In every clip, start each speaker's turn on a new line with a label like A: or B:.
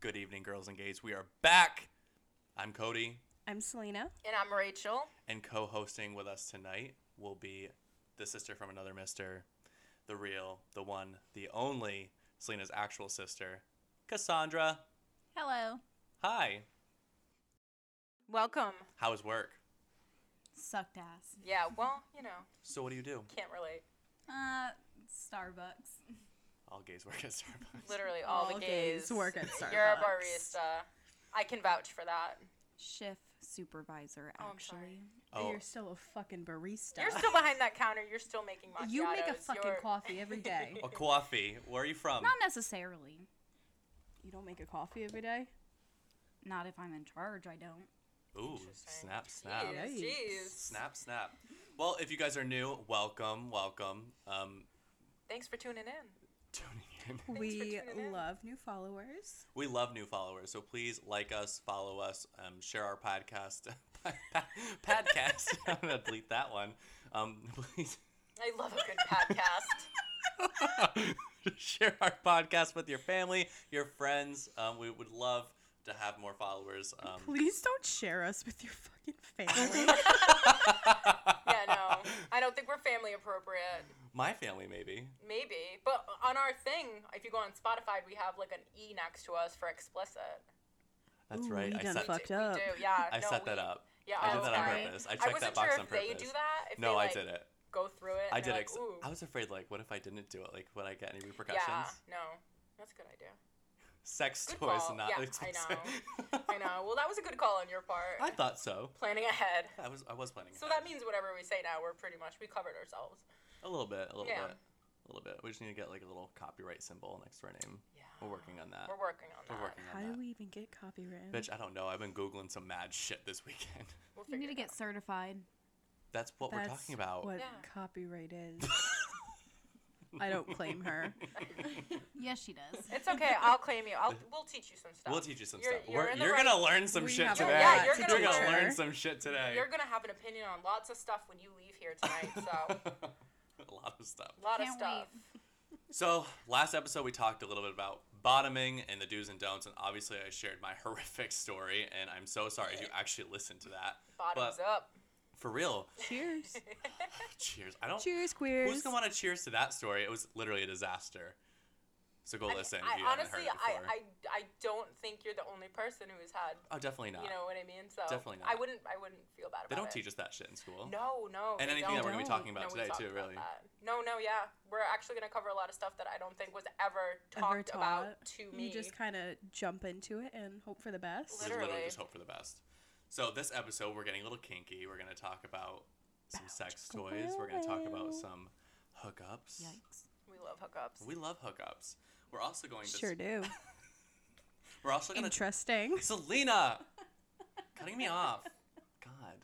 A: Good evening, girls and gays. We are back. I'm Cody,
B: I'm Selena.
C: And I'm Rachel.
A: and co hosting with us tonight will be the sister from another mister, the real, the one, the only, Selena's actual sister, Cassandra.
B: Hello.
A: Hi,
C: Welcome.
A: how is work?
B: Sucked ass.
C: Yeah, well, you know,
A: So, what do you do?
C: can't relate.
B: Uh, Starbucks.
A: All gays work at Starbucks.
C: Literally all,
B: All
C: the
B: gays
C: gays.
B: work at
C: You're a
B: Starbucks.
C: barista. I can vouch for that.
B: Shift supervisor,
C: Oh,
B: actually.
C: I'm sorry.
A: Oh.
B: You're still a fucking barista.
C: You're still behind that counter. You're still making macchiatos.
B: you make a fucking
C: You're-
B: coffee every day.
A: A coffee. Where are you from?
B: Not necessarily.
D: You don't make a coffee every day?
B: Not if I'm in charge, I don't.
A: Ooh,
C: Interesting.
A: snap, snap.
C: Jeez,
D: Yikes.
C: jeez.
A: Snap, snap. Well, if you guys are new, welcome, welcome. Um,
C: Thanks for tuning in.
A: tuning in.
B: We
C: tuning in.
B: love new followers.
A: We love new followers, so please like us, follow us, um, share our podcast. podcast. I'm gonna delete that one. Um, please
C: I love a good podcast.
A: share our podcast with your family, your friends. Um, we would love to have more followers. Um,
D: Please don't share us with your fucking family.
C: Yeah, no. I don't think we're family appropriate.
A: my family, maybe.
C: Maybe. But on our thing, if you go on Spotify, we have like an E next to us for explicit.
A: That's
D: Ooh,
A: right.
D: we
A: I
D: done
A: set,
D: fucked
C: we
D: up.
C: do, yeah.
A: I
C: no,
A: set
C: we-
A: that up.
C: Yeah,
A: I
C: oh,
A: did that
C: okay.
A: on purpose. I checked that
C: wasn't
A: box
C: sure
A: on
C: if they
A: purpose.
C: do that. If
A: no,
C: they,
A: I
C: like,
A: did it.
C: Go through it.
A: I
C: and they're
A: did
C: like,
A: it. 'cause
C: Ooh.
A: I was afraid, like, what if I didn't do it? Like, would I get any repercussions?
C: Yeah, no, that's a good idea.
A: Sex
C: Good
A: toys,
C: call.
A: not
C: Yeah, I
A: explicit.
C: I know. Well, that was a good call on your part.
A: I thought so.
C: Planning ahead.
A: I was I was planning.
C: So
A: ahead.
C: that means whatever we say now, we're pretty much we covered ourselves.
A: a little bit, a little
C: Yeah.
A: bit, a little bit. We just need to get like a little copyright symbol next to our name.
C: Yeah.
A: We're working on that.
C: We're working on that.
A: Uh, We're working
D: How
A: on
D: do
A: that.
D: we even get copyrighted?
A: Bitch, I don't know. I've been googling some mad shit this weekend.
C: We'll
B: You need
C: figure it
B: to get
C: out.
B: certified.
A: That's what
D: That's
A: we're talking about.
D: What
C: Yeah.
D: copyright is. I don't claim her.
B: Yes, she does.
C: It's okay. I'll claim you. I'll we'll teach you some stuff.
A: We'll teach you some
C: You're-
A: stuff.
C: you're
A: We're,
C: in the
A: you're
C: right-
A: gonna learn some
D: We
A: shit
D: have a
A: today.
C: Yeah, you're
A: you're
C: gonna
A: gonna
D: learn.
A: learn some shit today.
C: You're gonna have an opinion on lots of stuff when you leave here tonight. So
A: a lot of stuff.
C: a lot of
B: Can't
C: stuff.
A: So last episode we talked a little bit about bottoming and the do's and don'ts, and obviously I shared my horrific story, and I'm so sorry if you actually listened to that.
C: Bottoms
A: But-
C: up.
A: For real,
D: Cheers.
A: cheers. I don't.
D: Cheers, queers.
A: Who's gonna want to cheers to that story? It was literally a disaster. So go
C: I mean,
A: listen.
C: I,
A: if you haven't
C: honestly,
A: heard it
C: I,
A: before.
C: I I don't think you're the only person who's had.
A: oh, definitely not.
C: You know what I mean? So
A: Definitely
C: I
A: not.
C: wouldn't I wouldn't feel bad about
A: they don't
C: it.
A: teach us that shit in school.
C: No, no.
A: and
C: they
A: anything that we're gonna be
C: don't.
D: don't.
A: talking
C: No,
A: about
C: we
A: today
C: talked
A: too,
C: about
A: really.
C: that. No, no, yeah. We're actually going to cover a lot of stuff that I don't think was ever talked
D: Ever
C: about
D: taught.
C: to me.
D: You just kind of jump into it and hope for the best.
A: There's literally
C: Literally.
A: just hope for the best. So this episode, we're getting a little kinky. We're gonna talk about some sex toys. We're gonna talk about some hookups.
B: Yikes.
C: we love hookups.
A: We love hookups. We're also going to.
D: Sure do.
A: We're also gonna.
D: Interesting.
A: Selena, cutting me off. God.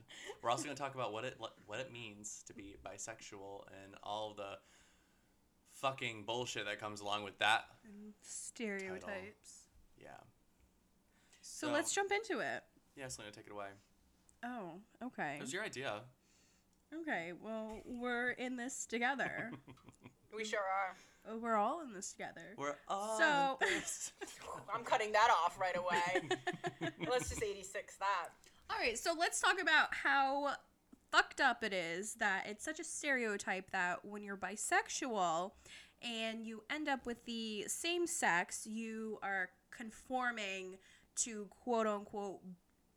A: We're also gonna talk about what it what it means to be bisexual and all the fucking bullshit that comes along with that.
D: Stereotypes.
A: Yeah.
D: So, let's jump into it.
A: Yeah, Selena, take it away.
D: Oh, okay.
A: It was your idea.
D: Okay, well, we're in this together. Oh,
C: We sure are.
D: we're all in this together.
A: We're all
D: So-
A: this.
C: I'm cutting that off right away. Let's just 86 that.
D: All right, so let's talk about how fucked up it is that it's such a stereotype that when you're bisexual and you end up with the same sex, you are conforming to quote unquote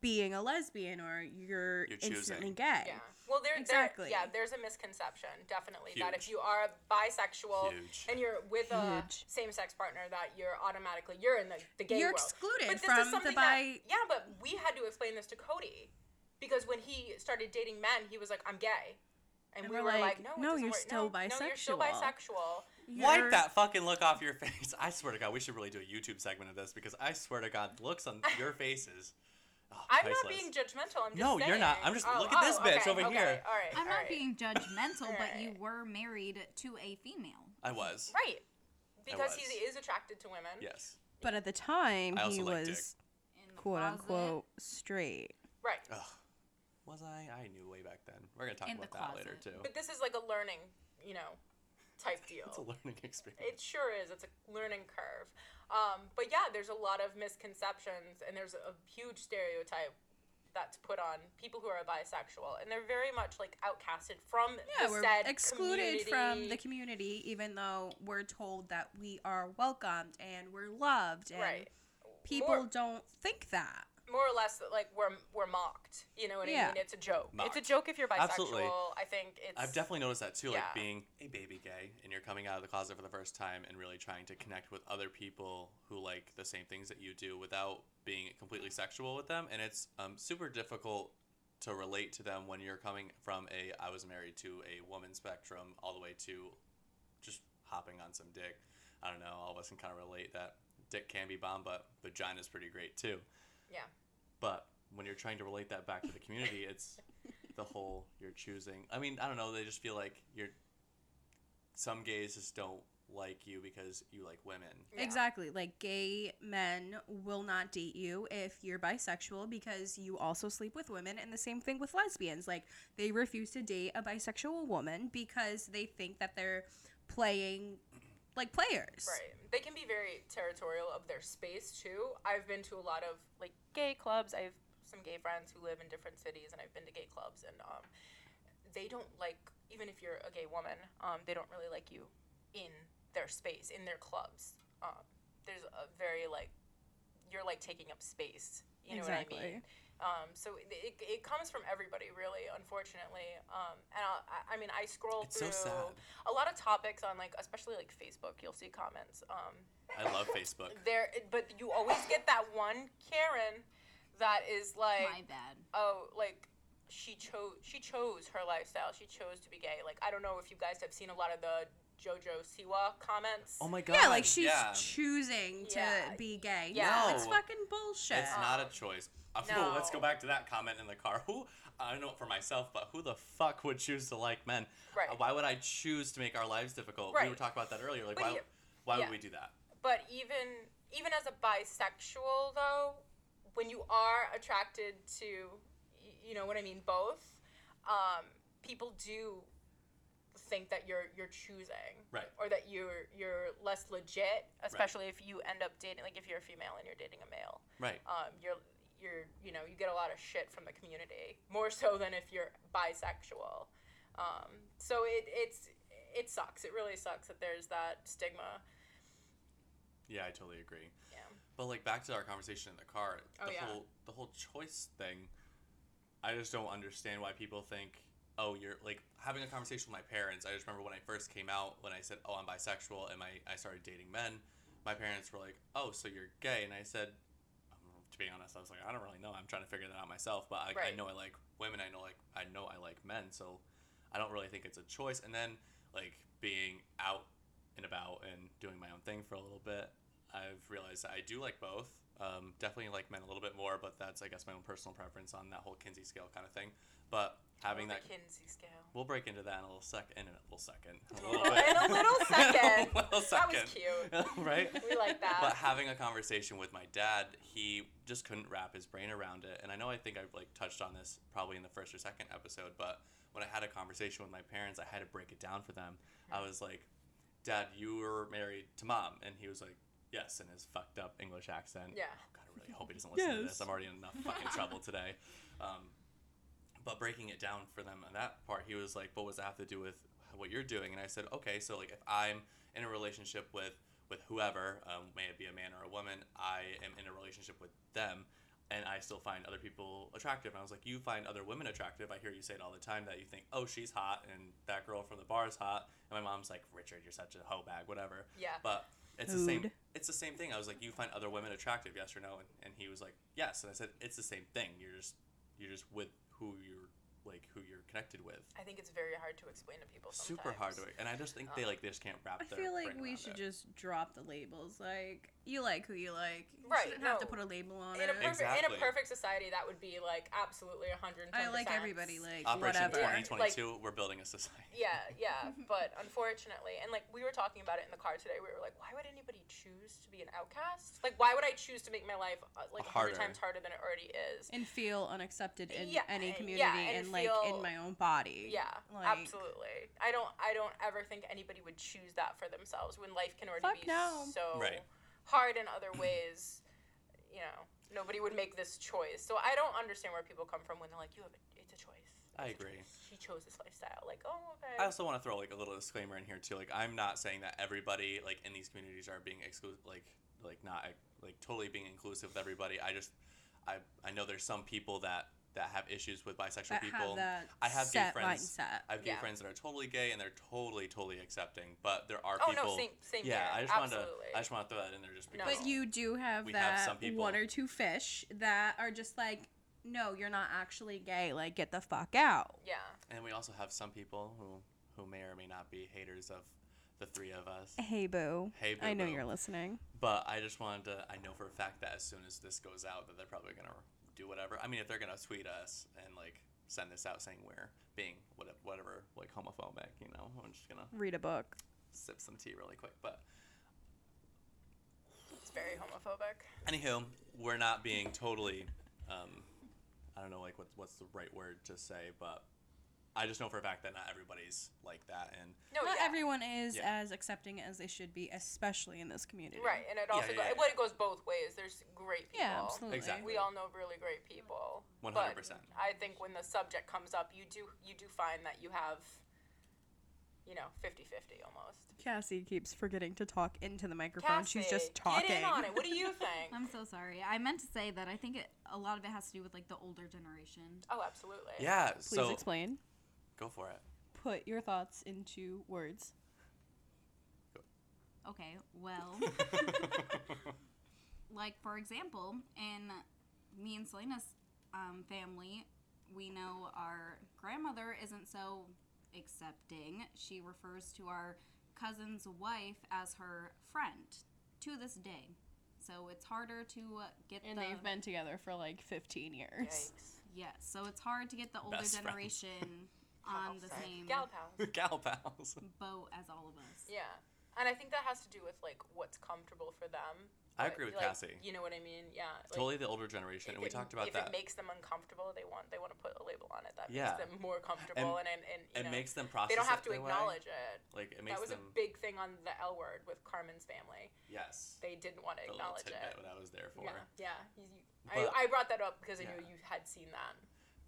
D: being a lesbian or you're,
A: You're
D: instantly
A: choosing.
D: gay.
C: Yeah. Well, there,
D: Exactly.
C: there, yeah, there's a misconception, definitely, that if
A: Huge.
C: you are bisexual
A: Huge.
C: and you're with a
D: Huge.
C: same-sex partner, that you're automatically you're in the, the gay
D: You're
C: world.
D: excluded
C: But this
D: from
C: is
D: the
C: something
D: bi-
C: That, yeah, but we had to explain this to Cody because when he started dating men, he was like, "I'm gay," and,
D: And
C: we
D: we're
C: were
D: like,
C: like, "No, it
D: "No,
C: doesn't
D: you're
C: work.
D: still
C: no, No, you're still
D: bisexual."
C: bisexual."
A: Wipe
D: You're-
A: that fucking look off your face. I swear to God, we should really do a YouTube segment of this because I swear to God, looks on your faces. Oh,
C: I'm not
A: priceless.
C: being judgmental. I'm just
A: No,
C: saying.
A: you're not. I'm just-
C: oh,
A: look at this
C: oh,
A: bitch
C: okay,
A: over
C: okay,
A: here.
C: All right,
B: I'm
C: all
B: not
C: right.
B: being judgmental, but you
C: Alright.
B: were married to a female.
A: I was.
C: right because he
A: was.
C: is attracted to women.
A: Yes.
D: But at the time,
A: I
D: he
A: also like
D: was
A: dick.
B: In the
D: quote
B: closet.
D: unquote straight.
C: Right.
A: Ugh. Was I? I knew way back then. We're gonna talk
B: In the
A: about that later
B: closet.
A: too.
C: But this is like a learning, you know, type deal.
A: It's a learning experience.
C: It sure is. It's a learning curve. Um, but yeah, there's a lot of misconceptions and there's a huge stereotype that's put on people who are bisexual, and they're very much like outcasted from
D: Yeah,
C: the
D: we're
C: said
D: excluded from the
C: community.
D: community, even though we're told that we are welcomed and we're loved, and
C: right.
D: people
C: More-
D: don't think that.
C: more or less that, like we're we're mocked. You know what
D: Yeah.
C: I mean? It's a joke. It's
A: Mocked.
C: a joke if you're bisexual.
A: Absolutely.
C: I think it's
A: I've definitely noticed that too,
C: Yeah.
A: like being a baby gay and you're coming out of the closet for the first time and really trying to connect with other people who like the same things that you do without being completely sexual with them. And it's um, super difficult to relate to them when you're coming from a I was married to a woman spectrum all the way to just hopping on some dick. I don't know, all of us can kind of relate that dick can be bomb, but vagina's pretty great too.
C: yeah.
A: But when you're trying to relate that back to the community, it's the whole you're choosing. I mean, I don't know. They just feel like you're. Some gays just don't like you because you like women.
C: Yeah.
D: Exactly. Like gay men will not date you if you're bisexual because you also sleep with women and the same thing with lesbians. Like they refuse to date a bisexual woman because they think that they're playing like players.
C: Right. They can be very territorial of their space too. I've been to a lot of like gay clubs. I have some gay friends who live in different cities, and I've been to gay clubs, and um, they don't like even if you're a gay woman, um, they don't really like you in their space in their clubs. Um, there's a very like you're like taking up space. You know what I mean?
D: Exactly.
C: Um, so it, it, it comes from everybody, really, unfortunately. Um, and I'll, I, I mean, I scroll
A: It's so
C: through
A: sad.
C: a lot of topics on like, especially like Facebook. You'll see comments. Um,
A: I love Facebook.
C: there, but you always get that one Karen that is like,
B: My bad.
C: oh, like she chose she chose her lifestyle. She chose to be gay. Like I don't know if you guys have seen a lot of the JoJo Siwa comments.
A: Oh my god.
D: Yeah, like she's
A: yeah.
D: choosing to
C: Yeah.
D: be gay.
C: Yeah.
D: No, it's
A: No.
D: fucking bullshit.
A: It's not a choice. Uh,
C: No.
A: let's go back to that comment in the car. Who I don't know for myself, but who the fuck would choose to like men?
C: Right.
A: Uh, Why would I choose to make our lives difficult? We were
C: Right.
A: talking about that earlier. Like
C: But
A: why?
C: you-
A: why
C: yeah.
A: would we do that?
C: but even even as a bisexual though when you are attracted to y- you know what i mean both um, people do think that you're you're choosing
A: Right.
C: or that you're you're less legit especially if you end up dating like if you're a female and you're dating a male
A: Right.
C: um, you're you're you know you get a lot of shit from the community more so than if you're bisexual um, so it it's it sucks it really sucks that there's that stigma
A: Yeah, I totally agree.
C: yeah
A: But like back to our conversation in the car,
C: Oh,
A: the
C: yeah.
A: whole the whole choice thing. I just don't understand why people think, oh, you're like having a conversation with my parents. I just remember when I first came out, when I said, oh, I'm bisexual, and my I started dating men. My parents were like, oh, so you're gay, and I said, um, to be honest, I was like, I don't really know. I'm trying to figure that out myself. But I, I
C: Right.
A: know I like women. I know like I know I like men. So I don't really think it's a choice. And then like being out and about and doing my own thing for a little bit, I've realized that I do like both. Um, definitely like men a little bit more, but that's I guess my own personal preference on that whole Kinsey scale kind of thing. But having
C: the
A: that,
C: Kinsey scale.
A: we'll break into that in a little sec, in a little second, a
C: In a little second.
A: a little
C: That was
A: second,
C: cute.
A: right?
C: We like that.
A: But having a conversation with my dad, he just couldn't wrap his brain around it. And I know I think I've like touched on this probably in the first or second episode, but when I had a conversation with my parents, I had to break it down for them. I was like, "Dad, you were married to mom," and he was like, "Yes," in his fucked up English accent.
C: Yeah.
A: Oh, God, I really hope he doesn't listen to
D: Yes.
A: this. I'm already in enough fucking trouble today. Um, but breaking it down for them on that part, he was like, "But what does that have to do with what you're doing?" And I said, "Okay, so like if I'm in a relationship with with whoever, um, may it be a man or a woman, I am in a relationship with them, and I still find other people attractive." And I was like, "You find other women attractive. I hear you say it all the time that you think, oh, she's hot, and that girl from the bar is hot." And my mom's like, "Richard, you're such a hoe bag, whatever."
C: Yeah.
A: But it's the same.
D: Food.
A: It's the same thing. I was like, "You find other women attractive, yes or no?" And, and he was like, "Yes." And I said, "It's the same thing. You're just you're just with who you're like who you're connected with."
C: I think it's very hard to explain to people. Sometimes.
A: Super hard to, and I just think they like they just can't wrap.
D: I
A: their
D: feel like
A: brain
D: we
A: around
D: should
A: it.
D: just drop the labels. Like you like who you like. You
C: Right,
D: shouldn't have to
C: no.
D: put a label on
C: In a,
D: it.
C: perfect, in
A: Exactly.
C: a perfect society, that would be like absolutely 110%.
D: I like everybody. Like
A: Operation
D: whatever.
C: Warren.
A: 2022, we're building a society.
C: Yeah, yeah, but unfortunately, and like we were talking about it in the car today, we were like, why would anybody choose to be an outcast? Like, why would I choose to make my life uh, like a
A: Harder.
C: hundred times harder than it already is?
D: And feel unaccepted in
C: Yeah,
D: any
C: yeah,
D: community
C: and
D: and, like
C: feel-
D: in my own body.
C: Yeah,
D: Like,
C: absolutely. I don't, I don't ever think anybody would choose that for themselves when life can already
D: Fuck
C: be
D: no.
C: so
A: Right.
C: hard in other ways. You know, nobody would make this choice. So I don't understand where people come from when they're like, you have a, it's a choice.
A: I
C: It's a
A: agree.
C: choice. She chose this lifestyle. Like, oh, okay.
A: I also want to throw like a little disclaimer in here too. Like I'm not saying that everybody like in these communities are being exclusive, like like not like totally being inclusive with everybody. I just I I know there's some people that that have issues with bisexual
D: that
A: people.
D: have that
A: I have gay
D: set
A: friends.
D: mindset.
A: I have gay
C: Yeah.
A: friends that are totally gay and they're totally totally accepting, but there are
C: oh
A: people.
C: no, same, same.
A: yeah,
C: here.
A: I just want to
C: Absolutely.
A: I just want to throw that in there just
C: No.
A: because.
D: But you do have
A: We have
D: that
A: some people-
D: one or two fish that are just like, no, you're not actually gay. Like, get the fuck out.
C: Yeah.
A: And we also have some people who who may or may not be haters of the three of us.
D: Hey, boo.
A: Hey,
D: I know
A: boo-boo.
D: you're listening.
A: But I just wanted to. I know for a fact that as soon as this goes out, that they're probably gonna do whatever. I mean, if they're gonna tweet us and like send this out saying we're being whatever, whatever like homophobic, you know, I'm just gonna
D: Read a book.
A: sip some tea really quick. But
C: It's very homophobic.
A: anywho, we're not being totally. Um, I don't know, like what's what's the right word to say, but I just know for a fact that not everybody's like that, and
C: No,
D: not
C: Oh, yeah.
D: everyone is
A: Yeah.
D: as accepting as they should be, especially in this community.
C: right, and it also
A: yeah, yeah,
C: go- well, it goes both ways. There's great people.
D: Yeah, absolutely.
A: Exactly.
C: We all know really great people.
A: 100%.
C: But I think when the subject comes up, you do you do find that you have, you know, 50-50 almost.
D: Cassie keeps forgetting to talk into the microphone. She's just talking.
C: Get in on it. What do you think?
B: I'm so sorry. I meant to say that I think it, a lot of it has to do with like the older generation.
C: oh, absolutely.
A: yeah.
D: Eh, Please
A: so
D: explain.
A: go for it.
D: Put your thoughts into words.
B: Okay, well, like for example, in me and Selena's um, family, we know our grandmother isn't so accepting. She refers to our cousin's wife as her friend to this day. So it's harder to uh, get
D: And
B: the
D: they've been together for like 15 years.
C: Yikes.
B: yes. So it's hard to get the older
A: Best friends.
B: generation on the
C: Pals.
B: same
C: gal pals.
A: Gal pals.
B: boat as all of us.
C: Yeah. And I think that has to do with like what's comfortable for them.
A: I
C: But,
A: agree with
C: like,
A: Cassie.
C: You know what I mean? Yeah. like,
A: totally the older generation, and we
C: it-
A: talked about
C: if
A: that.
C: it makes them uncomfortable, they want they want to put a label on it that
A: Yeah.
C: makes them more comfortable and and, and you
A: it
C: know,
A: makes them process.
C: they don't
A: it
C: have to
A: their way.
C: acknowledge it.
A: Like it makes
C: That was
A: them.
C: a big thing on the L word with Carmen's family.
A: yes.
C: They didn't want to
A: the little
C: acknowledge
A: tidbit
C: it.
A: What I was there for.
C: Yeah, yeah. You, you,
A: But-
C: I, I brought that up because I knew
A: Yeah.
C: you had seen that.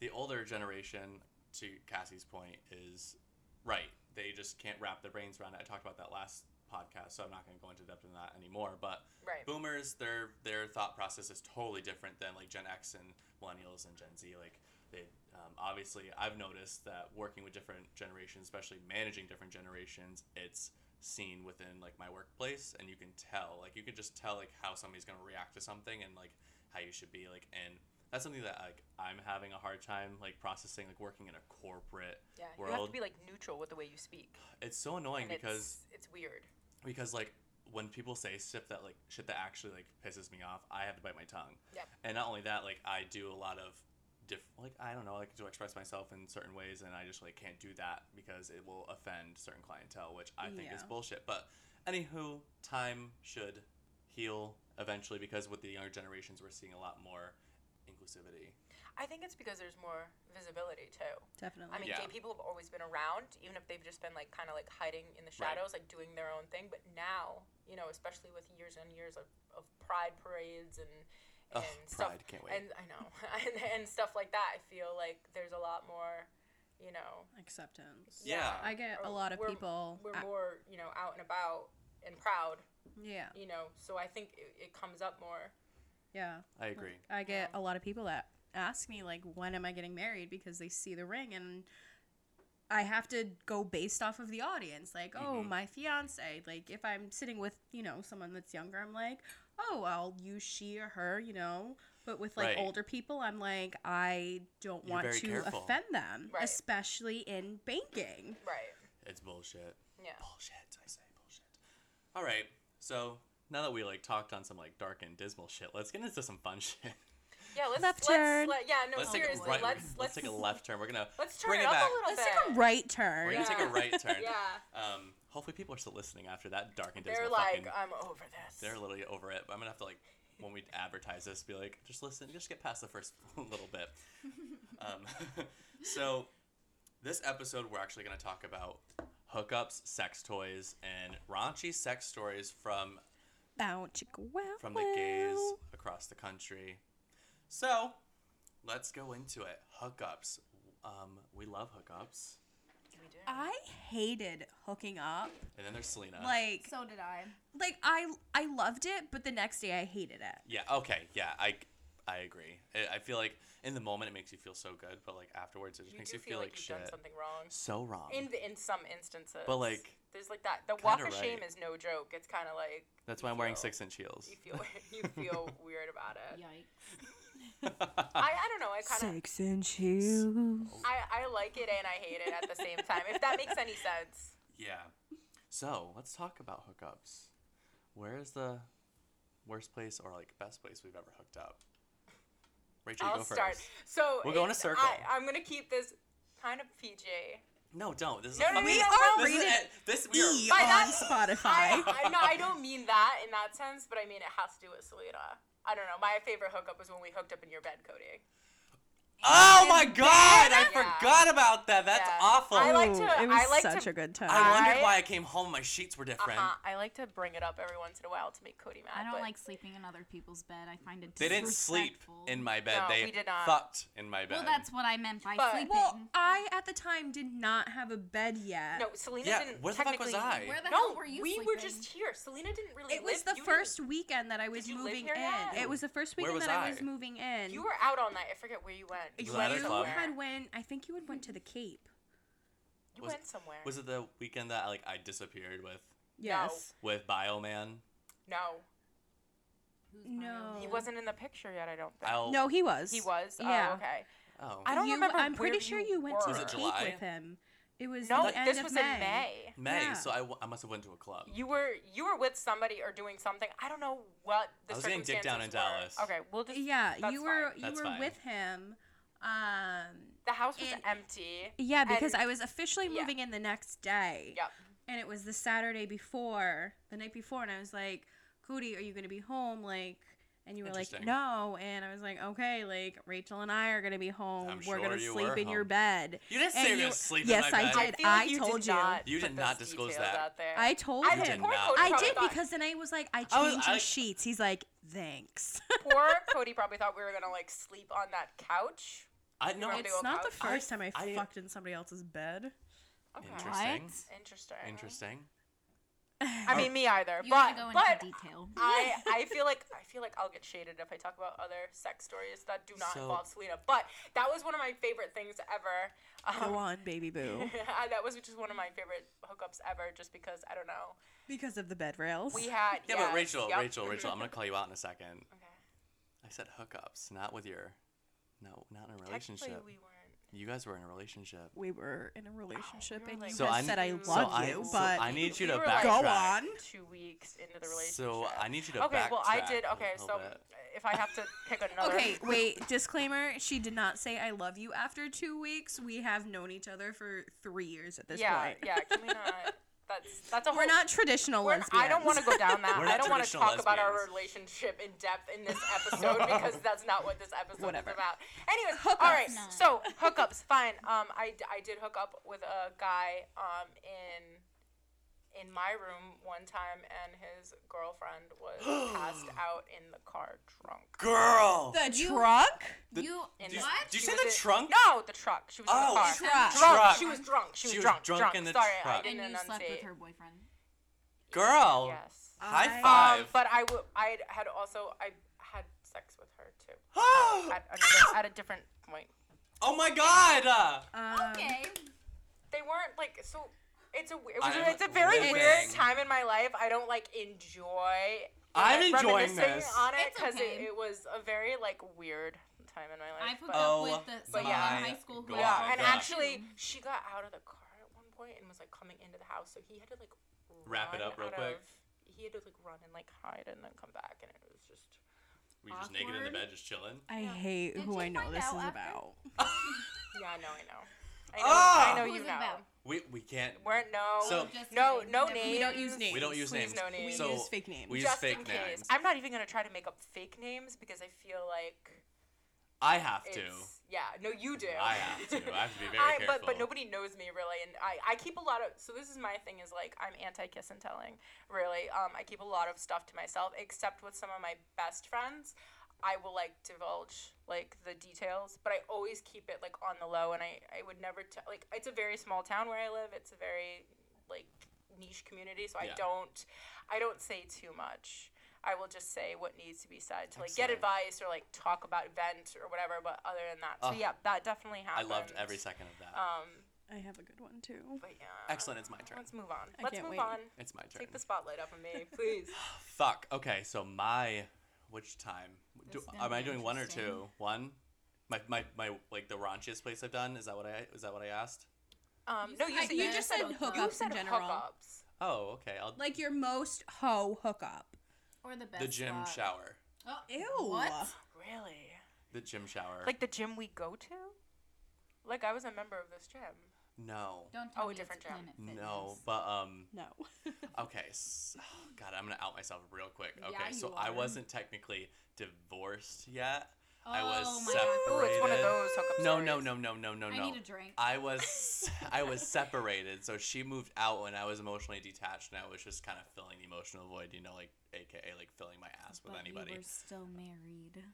A: The older generation, to Cassie's point, is right. They just can't wrap their brains around it. I talked about that last podcast, so I'm not going to go into depth in that anymore. But
C: Right.
A: boomers, their their thought process is totally different than like Gen X and millennials and Gen Z. Like they um, obviously, I've noticed that working with different generations, especially managing different generations, it's seen within like my workplace, and you can tell. Like you can just tell like how somebody's going to react to something and like how you should be. Like and that's something that like I'm having a hard time like processing. Like working in a corporate
C: Yeah, you have
A: world,
C: to be like neutral with the way you speak.
A: it's so annoying
C: And
A: because
C: it's, it's weird.
A: because like when people say shit that like shit that actually like pisses me off, I have to bite my tongue.
C: Yep.
A: And not only that, like I do a lot of different like I don't know, like to express myself in certain ways and I just like can't do that because it will offend certain clientele, which I think is
D: Yeah.
A: bullshit. But anywho, time should heal eventually because with the younger generations we're seeing a lot more inclusivity.
C: I think it's because there's more visibility too.
D: Definitely.
C: I mean,
A: Yeah.
C: gay people have always been around, even if they've just been like kind of like hiding in the
A: Right.
C: shadows, like doing their own thing. But now, you know, especially with years and years of, of pride parades and
A: Ugh,
C: and stuff,
A: pride, can't wait.
C: and I know and, and stuff like that. I feel like there's a lot more, you know.
D: Acceptance.
A: Yeah.
D: I get a
C: or
D: lot of
C: we're-
D: people.
C: We're
D: I-
C: more, you know, out and about and proud,
D: yeah.
C: you know. So I think it, it comes up more.
D: Yeah.
A: I agree.
D: I get a lot of people that ask me like when am I getting married because they see the ring and I have to go based off of the audience like oh
A: Mhm.
D: my fiance like if I'm sitting with you know someone that's younger I'm like oh I'll use she or her you know but with like
A: Right.
D: older people I'm like I don't
A: You're
D: want
A: very
D: to
A: careful.
D: offend them
C: Right.
D: especially in banking
C: Right.
A: It's bullshit.
C: Yeah.
A: Bullshit. I say bullshit. All right. So now that we like talked on some like dark and dismal shit, let's get into some fun shit.
C: Yeah, let's
D: Left
C: let's,
D: turn.
C: Let, yeah, no,
A: Let's take a
C: seriously,
A: right.
C: let's,
A: let's,
C: let's
A: take a left turn. We're gonna
C: Let's turn
A: bring
C: it,
A: it
C: up
A: back.
C: a little
D: Let's
C: bit.
D: take a right
A: we're
D: turn.
A: gonna take a right turn.
C: Yeah,
A: Um, hopefully people are still listening after that dark and dismal
C: they're like,
A: fucking.
C: I'm over this.
A: they're literally over it. But I'm gonna have to like when we advertise this, be like, just listen, just get past the first little bit. Um, so this episode, we're actually gonna talk about hookups, sex toys, and raunchy sex stories from
D: Bow, chicka, wow,
A: from the gays across the country. So let's go into it. Hookups. Um, we love hookups.
C: We do.
D: I hated hooking up.
A: And then there's Selena.
D: Like,
B: So did I.
D: like I, I loved it, but the next day I hated it.
A: Yeah. Okay. Yeah. I I agree. I, I feel like in the moment it makes you feel so good, but like afterwards it just
C: you
A: makes
C: do
A: you feel like
C: you've
A: shit.
C: done something wrong.
A: So wrong.
C: In the, in some instances.
A: but like
C: there's like that the walk of
A: kinda
C: shame
A: right.
C: is no joke. It's kind of like
A: that's
C: you
A: why I'm wearing
C: feel-
A: six inch heels.
C: You feel you feel weird about it.
B: Yikes.
C: I, I don't know. I kind of
D: Six inch heels.
C: I, I like it and I hate it at the same time. If that makes any sense.
A: yeah. So let's talk about hookups. Where is the worst place or like best place we've ever hooked up? Rachel, you
C: I'll
A: go
C: start.
A: first.
C: So
A: We'll go in
C: it's-
A: a circle.
C: I, I'm gonna keep this kind of PJ.
A: No, don't. This is
C: No,
A: a
C: no, no,
A: fucking,
C: no,
A: This
D: We are
C: no, no.
A: is
D: rated
A: a- this we
D: E
A: are.
C: By
D: on
C: that-
D: Spotify.
C: I, I no, I don't mean that in that sense, but I mean it has to do with Selena. I don't know. My favorite hookup was when we hooked up in your bed, Cody.
A: Oh my god! I
C: Yeah.
A: forgot about that. That's
C: Yeah.
A: awful.
C: I like to-
D: Ooh, it was
C: I like
D: such
C: to-
D: a good time.
A: I wondered
C: I-
A: why I came home. My sheets were different.
C: Uh-huh. I like to bring it up every once in a while to make Cody mad.
B: I don't
C: but
B: like sleeping in other people's bed. I find it
A: They didn't sleep
B: disrespectful.
A: in my bed.
C: No,
A: they
C: we did not.
A: fucked in my bed.
B: Well, that's what I meant by
C: But-
B: sleeping.
D: well, I at the time did not have a bed yet.
C: No, Selena
A: Yeah,
C: didn't.
A: where the fuck was
C: technically-
A: I?
B: Where the
C: No,
B: hell were you
C: we were
B: sleeping?
C: just here. Selena didn't really.
D: It was the
C: live- you didn't-
D: 1st weekend that I was
C: you live
D: moving
C: here
D: in.
C: now?
D: It was the first
A: Where
D: weekend
A: was
D: that I?
A: I?
D: was moving in.
C: You were out all night. I forget where you went.
D: You
A: You went out club.
D: had went. I think you had went to the Cape.
C: You
A: Was-
C: went somewhere.
A: Was it the weekend that like I disappeared with
D: Yes.
A: with Bioman?
C: no,
B: Who's
D: No.
B: my-
C: he wasn't in the picture yet. I don't think.
A: I'll,
D: No, he was.
C: He was.
D: Yeah.
C: Oh, okay.
A: Oh.
C: I don't
D: You-
C: remember
D: I'm
C: where
D: pretty sure you went to
C: were.
A: Was
D: the
A: it
D: Cape
A: July?
D: with him. It was
C: No,
D: the end
C: this
D: of
C: was
D: May.
C: in May.
A: May.
D: Yeah.
A: So I, w- I must have went to a club.
C: You were you were with somebody or doing something. I don't know what the
A: I was getting dick
C: circumstances
A: down in
C: were.
A: Dallas.
C: Okay, we'll just
D: Yeah,
C: That's
D: you were
C: fine.
D: you
A: That's
D: were
A: fine.
D: with him. Um.
C: The house was
D: And-
C: empty.
D: Yeah, because
C: And-
D: I was officially
C: yeah.
D: moving in the next day.
C: Yep.
D: And it was the Saturday before, the night before, and I was like, Cootie, are you gonna be home? Like and you were like,
A: Interesting.
D: No and I was like, Okay, like Rachel and I are gonna be home.
A: I'm sure
D: we're gonna
A: you
D: sleep
A: were
D: in your
A: home."
D: bed.
A: You didn't
D: And
A: say you were
D: you-
A: gonna sleep
D: Yes,
A: in my
D: I
A: bed.
D: did.
C: feel
D: I
C: you
D: told
C: did
D: you.
C: Not
A: You
C: put
A: did not
C: those
A: disclose
C: details
A: that.
C: Out there.
D: I told
C: I
D: him.
A: did
C: Poor
A: not.
C: Cody
D: I
C: probably
D: did
C: thought-
D: because then I was like, I
A: I was-
D: changed
A: I-
D: your sheets. He's like, Thanks.
C: poor Cody probably thought we were gonna like sleep on that couch.
A: I no.
C: were
D: it's not the
C: I-
D: first time I,
A: I-
D: fucked in somebody else's bed.
C: Okay.
A: Interesting.
B: What?
C: Interesting.
A: Interesting.
C: I mean, me either.
B: You
C: but
B: want to go into
C: but
B: detail.
C: I I feel like I feel like I'll get shaded if I talk about other sex stories that do not
A: So-
C: involve Selena. But that was one of my favorite things ever.
D: Go
C: Um, uh,
D: on, baby boo.
C: that was just one of my favorite hookups ever, just because I don't know.
D: Because of the bed rails.
C: We had
A: Yeah,
C: yes,
A: but Rachel,
C: yep.
A: Rachel, Rachel, I'm gonna call you out in a second.
C: Okay.
A: I said hookups, not with your, no, not in a
C: Technically,
A: relationship.
C: we weren't.
A: You guys were in a relationship.
D: we were in a relationship
C: were
D: and
C: like
D: you
A: So
D: guys
A: I-
D: said I
C: so
D: love
A: I-
D: you,
A: so
D: but
A: I need you
C: We
A: to
C: were, like,
D: go
A: backtrack.
D: on.
C: Two weeks into the relationship.
A: So I need you to
C: okay,
A: backtrack.
C: well, I did.
A: a
C: Okay,
A: little
C: so
A: bit.
C: if I have to pick another.
D: Okay, wait, disclaimer, she did not say I love you after 2 weeks. We have known each other for 3 years at this
C: yeah,
D: point.
C: yeah. Can we not? That's that's a whole.
D: We're not traditional
C: We're,
D: lesbians.
C: I don't want to go down that.
A: We're
C: I
A: not
C: don't want to
A: traditional
C: talk about our
A: lesbians.
C: relationship in depth in this episode because that's not what this episode
D: Whatever.
C: is about. Anyways,
D: Hookups.
C: all right.
B: No.
C: So hookups, fine. Um, I, d- I did hook up with a guy um in in my room one time, and his girlfriend was passed out in the car trunk.
A: Girl.
D: the
B: You-
D: trunk?
B: you
C: In
A: did you,
B: what?
A: did you
C: She
A: say
C: was
A: the
C: in-
A: trunk?
C: No, the truck. She was in
A: Oh,
C: the car.
D: truck.
A: Truck.
C: She was drunk. She was
A: She was
C: drunk.
A: drunk in the
C: Sorry, I
A: truck.
C: didn't
B: and you slept
C: enunciate.
B: with her boyfriend.
A: Girl.
C: Yes.
A: High
D: I-
A: five.
C: Um, but I w- I had also I had sex with her too at another, at a different point.
A: Ah! oh my god. Uh,
D: Um,
B: Okay.
C: They weren't like so. It's a we- it was a-
A: I'm
C: it's a very
A: living.
C: weird time in my life. I don't like enjoy.
A: I'm
C: like,
A: enjoying
C: reminiscing
A: this.
C: on it
B: It's
C: because
B: okay.
C: it, it was a very like weird time in my
B: I
C: life.
B: hooked
C: but-
A: Oh
B: up with the
A: but
B: someone
A: yeah.
B: in high school who
A: God.
B: I
C: yeah,
A: my
B: was
C: and
A: God.
C: actually she got out of the car at one point and was like coming into the house, so he had to like
A: Wrap it
C: run
A: up real
C: out
A: quick.
C: of- he had to like run and like hide and then come back, and it was just
A: We
C: Um,
A: just naked in the
B: Awkward.
A: bed, just chilling.
D: I
B: Yeah.
D: hate
B: Did
D: who
B: you
D: I know
B: find
D: this is
B: out after?
D: about.
C: yeah. I know, I know. I know,
A: Ah!
C: I know
B: Who
C: you
B: was it
C: know.
B: about?
A: We we can't.
C: We're no.
A: So-
B: Just
C: no,
B: kidding.
C: no
B: Never-
C: names.
D: We don't use names.
A: we don't use
C: Please,
A: names.
C: no names.
D: We
A: So
D: use fake names.
A: we use
C: just
A: fake
C: in case.
A: names.
C: I'm not even gonna try to make up fake names because I feel like
A: I have to.
C: it's yeah. No, you do.
A: I have to. I have to be very
C: I,
A: careful.
C: but but nobody knows me really, and I, I keep a lot of so this is my thing is like I'm anti kiss and telling really. Um, I keep a lot of stuff to myself except with some of my best friends. I will like divulge like the details, but I always keep it like on the low, and I I would never tell like it's a very small town where I live. It's a very like niche community, so
A: Yeah.
C: I don't I don't say too much. I will just say what needs to be said to like get
A: Excellent.
C: advice or like talk about event or whatever. But other than that, so
A: Ugh.
C: yeah, that definitely
A: I
C: happened.
A: loved every second of that.
C: Um,
D: I have a good one too.
C: but yeah.
A: Excellent. It's my turn.
C: Let's move on.
D: I
C: Let's
D: can't wait.
C: move on.
A: It's my turn.
C: Take the spotlight off of me, please.
A: Fuck. Okay, so my which time do,
B: This is gonna
A: am I
B: be
A: doing one or two?
B: interesting.
A: One. My, my, my like the raunchiest place I've done is that what I is that what I asked?
C: Um,
B: You
C: no, you,
B: said-
C: said,
B: you just said
C: you
D: hookups
C: said
D: in general.
C: hookups.
A: Oh, okay. I'll
D: Like your most hoe hookup.
B: Or the best
A: the gym
B: spot.
A: shower.
B: Oh,
D: Ew.
B: What?
C: Really?
A: The gym shower.
C: Like the gym we go to? Like I was a member of this gym.
A: no,
B: Don't tell
C: Oh, a
B: me it's
C: different gym.
B: Planet Fitness.
A: no. But um,
D: No.
A: okay. s oh, God, I'm gonna out myself real quick.
B: Yeah,
A: Okay, so
B: you
A: I
B: are.
A: wasn't technically divorced yet.
B: oh,
A: I was
B: my
C: Ooh,
A: separated.
C: it's one of those hookup
A: No, no,
C: stories.
A: no, no, no, no,
B: God.
A: no.
B: I need a drink.
A: I was I was separated, so she moved out when I was emotionally detached, and I was just kind of filling the emotional void, you know, like AKA like filling my ass with
B: but
A: anybody.
B: We were still married.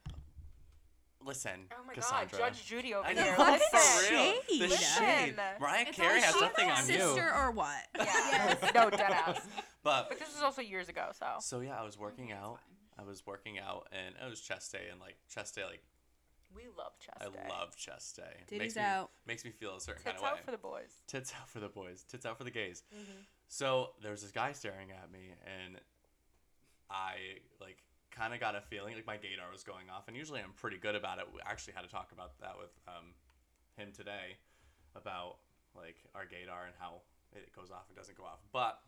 A: Listen,
C: Oh my
A: Cassandra.
C: god, Judge Judy over
A: I
C: here.
A: know
D: What
A: for
D: the
C: Listen.
A: real. The
D: Listen.
A: shade. Mariah
B: It's
A: Carey
B: all
A: has
B: she
A: something
B: knows.
A: on
D: Sister
A: you.
D: or what?
C: Yeah. no, dead ass. But
A: But
C: this was also years ago, so.
A: so yeah, I was working
B: That's
A: out.
B: fine.
A: I was working out, and it was chest day, and like chest day, like
C: We love chest
A: I
C: day.
A: love chest day.
D: Titties
A: makes me,
D: out.
A: Makes me feel a certain
C: Tits
A: kind of way.
C: out for the boys.
A: tits out for the boys, tits out for the gays. So there was this guy staring at me, and I like kind of got a feeling like my gaydar was going off. And usually I'm pretty good about it. We actually had to talk about that with um, him today about like our gaydar and how it goes off and doesn't go off. But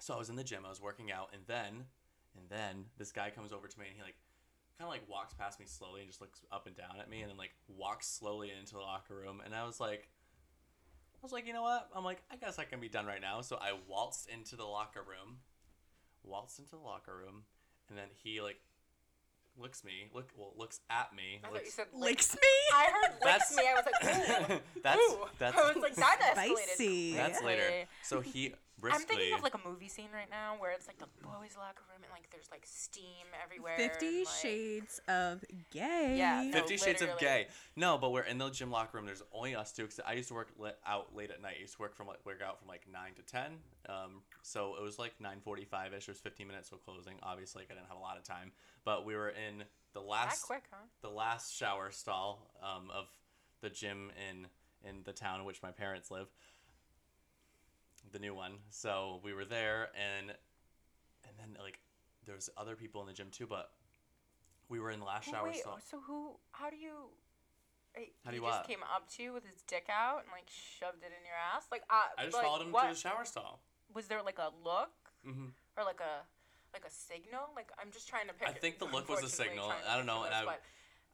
A: so I was in the gym, I was working out, and then and then this guy comes over to me and he like kind of like walks past me slowly and just looks up and down at me and then like walks slowly into the locker room and I was like I was like, you know what? I'm like, I guess I can be done right now. So I waltzed into the locker room, waltzed into the locker room, and then he like looks me, look, well, looks at me.
C: I thought you
A: looks-
C: said licks.
D: Licks me?
C: I heard licks
A: That's-
C: me. I was like, ooh.
A: that's
C: ooh.
A: that's
C: I was like, that escalated.
D: Spicy.
A: that's later.
C: Wait.
A: So he
C: I'm
A: briskly.
C: thinking of like a movie scene right now where it's like the boys' locker room and like there's like steam everywhere.
D: Fifty
C: and, like,
D: Shades of Gay.
C: Yeah, no.
A: Fifty Shades of
C: literally.
A: Gay. No, but we're in the gym locker room. There's only us two. Cause I used to work lit out late at night. I used to work from like work out from like nine to ten. Um, so it was like nine forty-five ish. It was fifteen minutes till closing. Obviously, like, I didn't have a lot of time. But we were in the
C: That
A: last
C: quick, huh?
A: the last shower stall um, of the gym in in the town in which my parents live. The new one. So we were there, and and then like there was other people in the gym too, but we were in the last
C: Who-
A: shower
C: Oh, Wait,
A: stall.
C: so who? How do you? Wait,
A: How do
C: he
A: you
C: just
A: what?
C: came up to you with his dick out and like shoved it in your ass. Like I,
A: I just
C: like,
A: followed him
C: what?
A: to the shower stall.
C: Was there like a look
A: hmm
C: or like a like a signal? Like I'm just trying to pick.
A: I think the look was a
C: unfortunately,
A: signal.
C: trying to
A: I don't know,
C: picture
A: and
C: this,
A: I-
C: but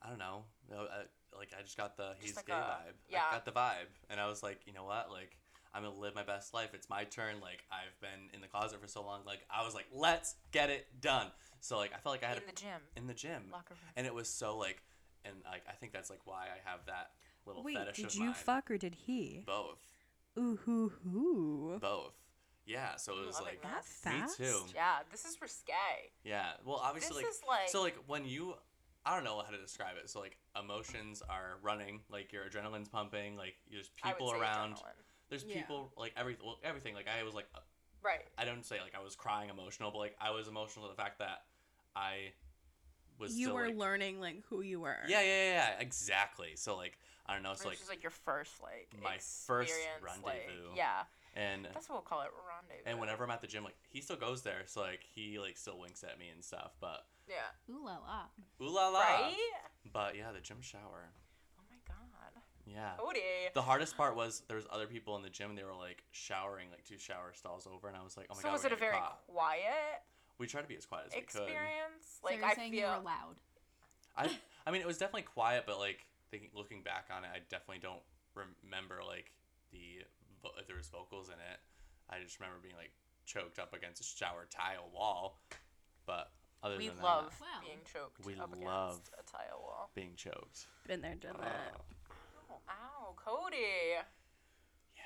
A: I don't know. No, I, like I just got the he's
C: like
A: gay
C: a-
A: vibe.
C: yeah.
A: I got the vibe, and I was like, you know what? Like I'm gonna live my best life. It's my turn. Like I've been in the closet for so long. Like I was like, let's get it done. So like I felt like I had
C: in the gym
A: a, in the gym,
C: locker room.
A: and it was so like, and like I think that's like why I have that little
D: Wait,
A: fetish
D: did
A: of
D: you
A: mine.
D: fuck or did he?
A: both?
D: Ooh hoo hoo.
A: Both. Yeah. So it was
C: love it,
A: like
C: man.
D: That
A: me
D: fast.
A: too.
C: Yeah, this is risque.
A: Yeah. Well,
C: This
A: obviously, like,
C: is like
A: so like when you i don't know how to describe it so like emotions are running like your adrenaline's pumping like there's
C: I would
A: people
C: say
A: around
C: adrenaline.
A: there's
D: Yeah.
A: people like every well, everything like i was like uh,
C: Right.
A: i don't say like i was crying emotional but like i was emotional to the fact that i was
D: You
A: still,
D: were
A: like,
D: learning like who you were.
A: yeah, yeah yeah yeah exactly so like i don't know so
C: Which
A: like,
C: is like your first like
A: my first
C: experience, like-
A: rendezvous.
C: yeah,
A: and
C: that's what we'll call it rendezvous.
A: and whenever i'm at the gym like he still goes there so like he like still winks at me and stuff but
C: yeah,
B: Ooh la la.
A: ooh la la
C: right?
A: but yeah the gym shower
C: Oh my god, Oh
A: yeah
C: Cody.
A: The hardest part was there was other people in the gym and they were like showering like two shower stalls over and I was like, oh my
C: so
A: god.
C: was
A: we're
C: it a
A: gonna get
C: very
A: caught.
C: quiet?
A: we try to be as quiet as
C: experience. Like
B: Like so you're
C: I
B: saying
C: feel
B: you were loud.
A: we could. I I mean, it was definitely quiet, but like thinking, looking back on it, I definitely don't remember like the vo- if there was vocals in it. I just remember being like choked up against a shower tile wall, but other
C: we
A: than
C: love
A: that,
B: Wow.
C: being choked
A: We
C: up against
A: love-
C: a tile wall.
A: being choked.
D: Been there, done that.
C: Oh, ow, Cody.
A: yeah.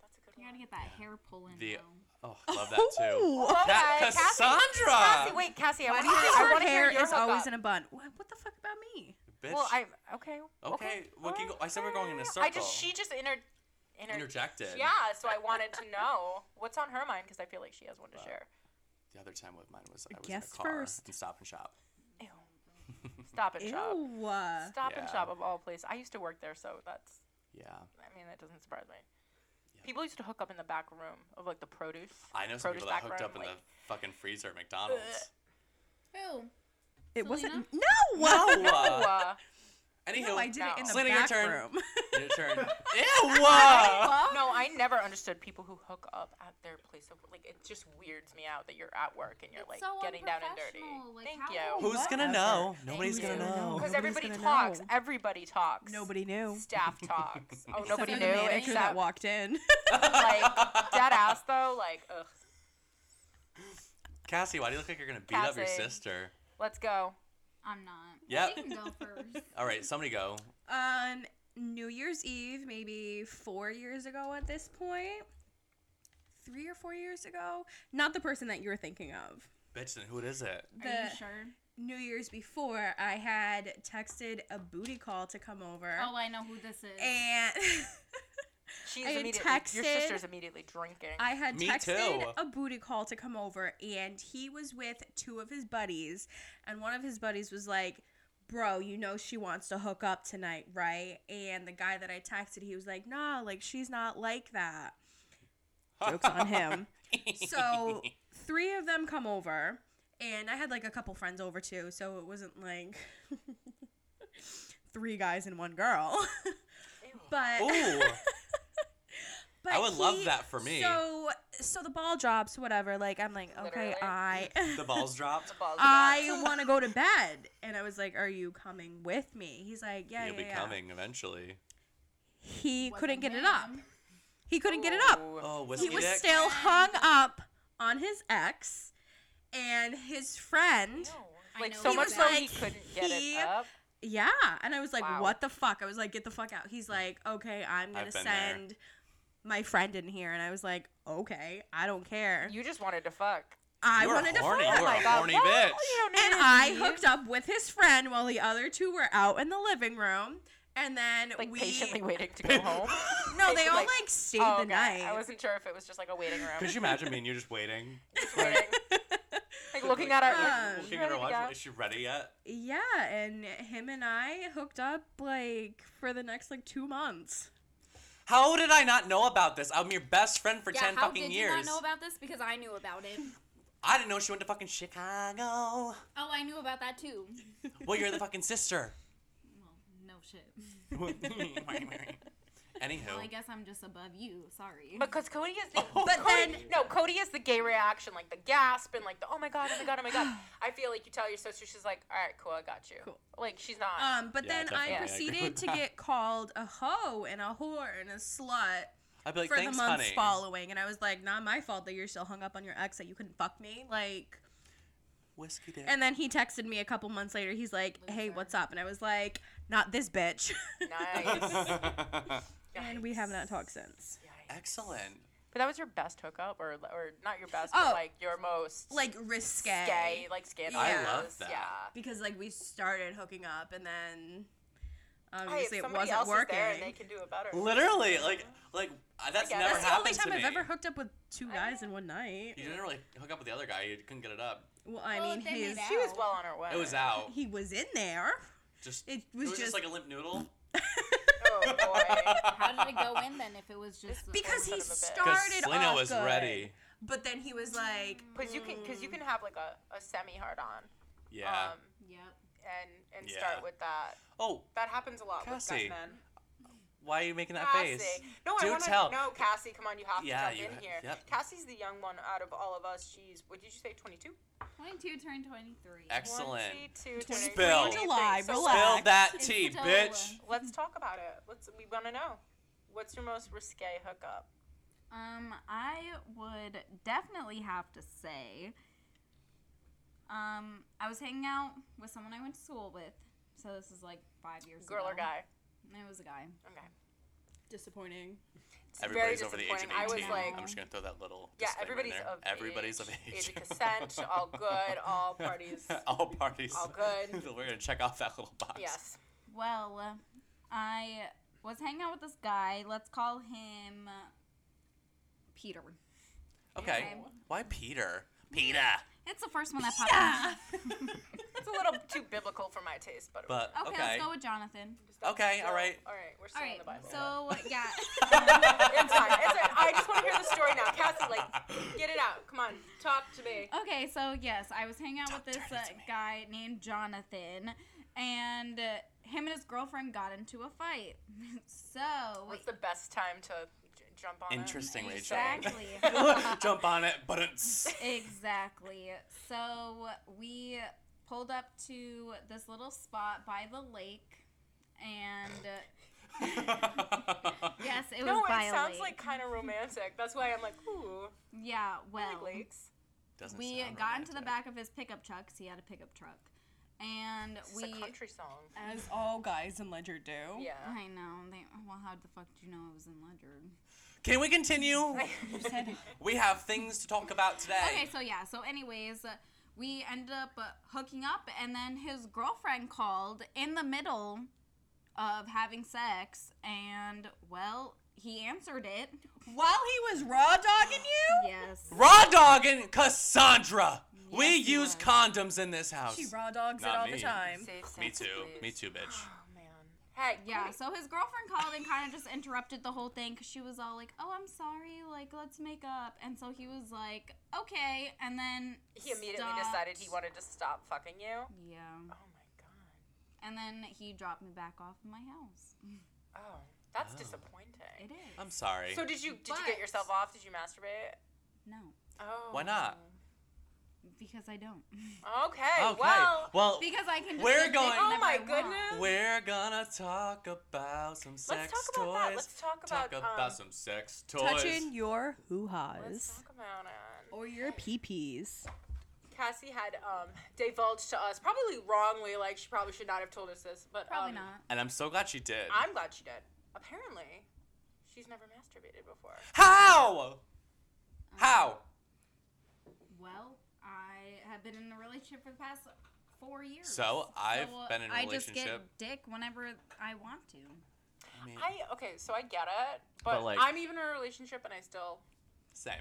C: That's a good
B: You
C: one.
B: gotta get that hair pulling.
A: The
B: though.
A: oh, love that too.
D: Ooh.
C: Okay,
A: Ca-
C: Cassie-
A: Cassandra!
C: Cassie, wait, Cassie, I
D: Why
C: want
D: do
C: to
D: you think
C: hear. I
D: her
C: want to hear
D: hair
C: your
D: is always
C: hookup.
D: in a bun? What, what the fuck about me?
A: Bitch.
C: Well, I okay.
A: Okay, well, keep go- I said we're going in a
C: I
A: circle.
C: just she just inter, inter-
A: interjected.
C: Yeah, so I wanted to know what's on her mind because I feel like she has one to
A: Wow.
C: share.
A: The other time with mine was I was in
D: Guess
A: a car
D: first.
A: and Stop and Shop.
C: Ew. Stop and shop.
D: Ew. uh,
C: Stop and
A: Yeah.
C: shop of all places. I used to work there, so that's.
A: Yeah,
C: I mean, that doesn't surprise me.
A: Yeah.
C: People used to hook up in the back room of like the produce.
A: I know some
C: produce
A: people that hooked
C: back
A: up
C: room,
A: in
C: like-
A: the fucking freezer at McDonald's.
B: Who?
D: It
B: Selena?
D: wasn't. No. No.
A: Ew, uh,
C: Uh,
A: Anywho,
D: Oh, I did it in the
A: Selena, your
D: back
A: turn.
D: room.
A: Your turn. Ew! uh,
C: no, I never understood people who hook up at their place of like. It just weirds me out that you're at work and you're
B: It's
C: like
B: so
C: getting down and dirty.
B: unprofessional, like,
C: Thank
B: how
C: you.
B: can you-
A: Who's gonna
D: Whatever.
A: know? Nobody's
B: Thank
A: gonna know.
B: you.
C: Because
D: Oh, Nobody's
C: everybody
D: gonna
C: talks.
D: know.
C: Everybody talks.
D: Nobody knew.
C: Staff talks. Oh,
D: Except
C: nobody knew
D: for the manager that
C: except
D: walked in.
C: like dead ass though. Like, ugh.
A: Cassie, why do you look like you're gonna beat up your
C: Cassie.
A: sister?
C: Let's go.
B: I'm not.
A: Yep.
B: You can go first.
A: All right, somebody go.
D: on Um, New Year's Eve, maybe four years ago at this point, three or four years ago. Not the person that you were thinking of.
A: Bitch, then who is it?
B: Are you
D: The
B: sure?
D: New Year's before, I had texted a booty call to come over.
B: Oh, I know who this is.
D: And
C: She's
D: I had
C: immediately. Your
D: texted-
C: sister's immediately drinking.
D: I had
A: Me
D: texted
A: too.
D: a booty call to come over, and he was with two of his buddies, and one of his buddies was like, "Bro, you know she wants to hook up tonight, right?" And the guy that I texted, he was like, "Nah, like she's not like that." Jokes on him. So three of them come over, and I had like a couple friends over too, so it wasn't like three guys and one girl. but
A: Ooh,
D: but
A: I would love
D: he-
A: that for me.
D: So so the ball drops, whatever. Like I'm like, okay,
C: Literally.
D: I
A: the balls dropped.
C: The balls
D: I
C: out.
D: want to go to bed, and I was like, are you coming with me? He's like, yeah,
A: You'll
D: yeah,
A: be
D: yeah.
A: coming eventually.
D: He
B: Wasn't
D: couldn't get it up.
B: him.
D: He couldn't get it up.
C: Ooh.
A: Oh, whiskey
D: He was
A: dick.
D: still hung up on his ex, and his friend.
B: I
C: Like
B: know
C: so
B: he
C: much
B: was
C: so he
D: like,
C: couldn't get
D: he-
C: it up.
D: Yeah. And I was like,
C: Wow.
D: what the fuck? I was like, get the fuck out. He's like, okay, I'm going to
A: I've been there.
D: send my friend in here. And I was like, okay, I don't care.
C: You just wanted to fuck. uh,
D: I
A: You're
D: wanted
A: horny.
D: to fuck.
A: You are a horny
C: well,
A: bitch.
C: you don't need
D: And
C: to
D: I
C: leave.
D: hooked up with his friend while the other two were out in the living room. And then
C: Like
D: we.
C: patiently waiting to go home.
D: no, they all
C: like-
D: like, stayed
C: Oh,
D: the
C: okay.
D: night.
C: I wasn't sure if it was just like a waiting room.
A: Could you imagine me and you just waiting?
C: Just waiting. like looking at
D: Um,
C: our.
A: Looking at her
C: ready to
A: watch.
C: go?
A: Is she ready yet?
D: yeah. And him and I hooked up like for the next like two months.
A: How did I not know about this? I'm your best friend for
B: Yeah,
A: ten
B: how
A: fucking
B: did
A: years.
B: you not know about this? Because I knew about it.
A: I didn't know she went to fucking Chicago.
B: Oh, I knew about that too.
A: Well, you're the fucking sister.
B: Well, no shit.
A: Anywho,
D: Oh
B: Well, I guess I'm just above you. Sorry.
C: Because Cody is the
A: But
C: Cody-
D: then-
C: no, Cody is the gay reaction, like the gasp and like the oh my god, oh my god, oh my god. I feel like you tell your sister, she's like, all right, cool, I got you.
D: Cool.
C: Like she's not.
D: Um, but
A: Yeah,
D: then
A: definitely
D: I
A: agree
D: proceeded
A: with
D: to
A: that.
D: get called a hoe and a whore and a slut
A: I'd be like,
D: for
A: thanks,
D: the months
A: honey.
D: following, and I was like, "Not my fault that you're still hung up on your ex that you couldn't fuck me." Like,
A: Whiskey dick.
D: and then he texted me a couple months later. He's like, "Hey,
B: Loser.
D: what's up?" And I was like, "Not this bitch."
C: nice.
D: and we have not talked since.
C: Yikes.
A: Excellent.
C: But that was your best hookup, or or not your best,
D: Oh.
C: but like your most
D: Like risque,
C: gay, like scandalous.
D: I
A: love that.
C: Yeah.
D: because like we started hooking up, and then
C: Hey, if
D: obviously it
C: somebody
D: wasn't
C: else
D: working.
C: is there and they can do it better.
A: Literally, like, like uh, that's
C: get
A: never
C: it.
D: That's the only
A: happened
D: time
A: to
D: I've
A: me.
D: ever hooked up with two guys in one
A: you
D: night.
A: didn't really hook up with the other guy. You couldn't get it up.
D: Well, I
B: Well,
D: mean,
B: they made
D: his
B: out.
C: She was well on her way.
A: It was out.
D: he was in there.
A: Just
D: It was
A: just,
D: just-
A: like a limp noodle.
C: Oh boy.
B: How did it go in then? If it was just
D: Because
C: Son
D: he
C: of a bitch. Mm.
A: Because
D: started
A: Selena
D: off
A: was
D: good,
A: ready.
D: but then he was like,
C: Because you can, because you can have like a, a semi hard on,
A: Yeah.
C: um,
B: Yep.
C: and and
A: Yeah.
C: start with that.
A: oh,
C: That happens a lot
A: Cassie.
C: with guy men.
A: Why are you making that
C: Cassie.
A: face?
C: No,
A: Do
C: I want to
A: tell.
C: No, Cassie, come on, you have
A: Yeah,
C: to
A: you
C: jump in
A: ha-
C: here.
A: yep.
C: Cassie's the young one out of all of us. She's what did you say? Twenty two.
B: 22 turned 23.
A: Excellent.
C: 22,
D: Twenty-three
A: Spill.
D: July,
C: So
D: relax.
A: Spill that
B: It's
A: tea,
B: still-
A: bitch.
C: Let's talk about it. Let's. We want to know. What's your most risque hookup?
B: Um, I would definitely have to say, um, I was hanging out with someone I went to school with. So this is like five years
C: Girl
B: ago.
C: or guy?
B: It was a guy.
C: Okay.
D: Disappointing.
C: It's
A: Everybody's over the age of 18.
C: disappointing. I was like,
A: I'm just going to throw that little
C: yeah,
A: disclaimer in
C: everybody's
A: there.
C: of
A: everybody's
C: age,
A: of age.
C: age of consent, all good, all parties.
A: all parties.
C: all good.
A: We're going to check off that little box.
C: yes.
B: Well, I was hanging out with this guy. Let's call him uh, Peter.
A: Okay.
B: Okay.
A: Why Peter? Peter.
B: It's the first one that popped up.
C: It's a little too biblical for my taste, but
A: But
B: Okay,
A: okay.
B: let's go with Jonathan.
A: Okay, all right.
C: All right, we're still
B: All
C: in
B: right,
C: the Bible.
B: so yeah,
C: it's fine. It's fine. I just want to hear the story now. Cassie, like, get it out. Come on, talk to me.
B: okay, so yes, I was hanging out
A: Talk
B: with this
A: dirty
B: uh,
A: to me.
B: guy named Jonathan, and uh, him and his girlfriend got into a fight. so
C: What's the best time to j- jump on? it?
A: Interesting, Rachel.
B: exactly,
A: Jump on it, but it's
B: exactly. So we pulled up to this little spot by the lake, and uh, yes, it was
C: No,
B: by
C: it
B: a
C: sounds
B: lake.
C: like kind of romantic. That's why I'm like, ooh,
B: yeah,
C: I like
B: well.
C: lakes.
A: Doesn't
B: we
A: sound
B: got into the
A: romantic.
B: back of his pickup truck 'cause he had a pickup truck and
C: It's
B: we
C: a country song.
D: As all guys in Ledger do.
C: Yeah.
B: i know they, well how the fuck do you know it was in ledger
A: Can we continue? we have things to talk about today.
B: okay so yeah so anyways uh, we ended up uh, hooking up and then his girlfriend called in the middle of having sex and well he answered it
D: While he was raw dogging you,
B: yes
A: Raw dog and Cassandra. we
B: Yes, he
A: use
B: was.
A: condoms in this house.
D: she raw dogs it
A: Not
D: all
A: me.
D: the time.
C: Safe
A: Me
C: sex,
A: too.
C: please.
A: Me too, bitch.
C: Oh man. Hey.
B: yeah
C: Cody.
B: so his girlfriend called and kind of just interrupted the whole thing because she was all like oh i'm sorry like let's make up and so he was like okay and then
C: he immediately
B: stopped.
C: decided he wanted to stop fucking you.
B: Yeah.
C: Oh my god.
B: And then he dropped me back off of my house.
C: Oh, that's
A: Oh.
C: disappointing.
B: It is.
A: I'm sorry.
C: So did you did you
B: But-
C: get yourself off? Did you masturbate?
B: no,
C: Oh.
A: Why not?
B: because I don't.
C: Okay.
A: okay.
C: Well.
A: well
B: because I can just
A: We're
B: get dick
A: going-
B: whenever
C: Oh my
B: I want.
C: goodness.
A: we're gonna talk about some sex
C: Let's talk about
A: toys.
C: that. Let's talk about,
A: talk
C: um,
A: about some sex toys.
D: Touching your hoo
C: Let's
D: ha's
C: talk about it.
D: or your pee pees.
C: Cassie had um, divulged to us, probably wrongly, like she probably should not have told us this, but
B: Probably
C: um,
B: not.
A: And I'm so glad she did.
C: I'm glad she did. Apparently, she's never masturbated before.
A: How? How?
B: Well, I have been in a relationship for the past four years.
A: So, I've
B: uh,
A: been in a
B: I just get
A: relationship-
B: dick whenever I want to.
A: I mean,
C: I okay, so I get it, but,
A: But, like-
C: I'm even in a relationship and I still.
A: same.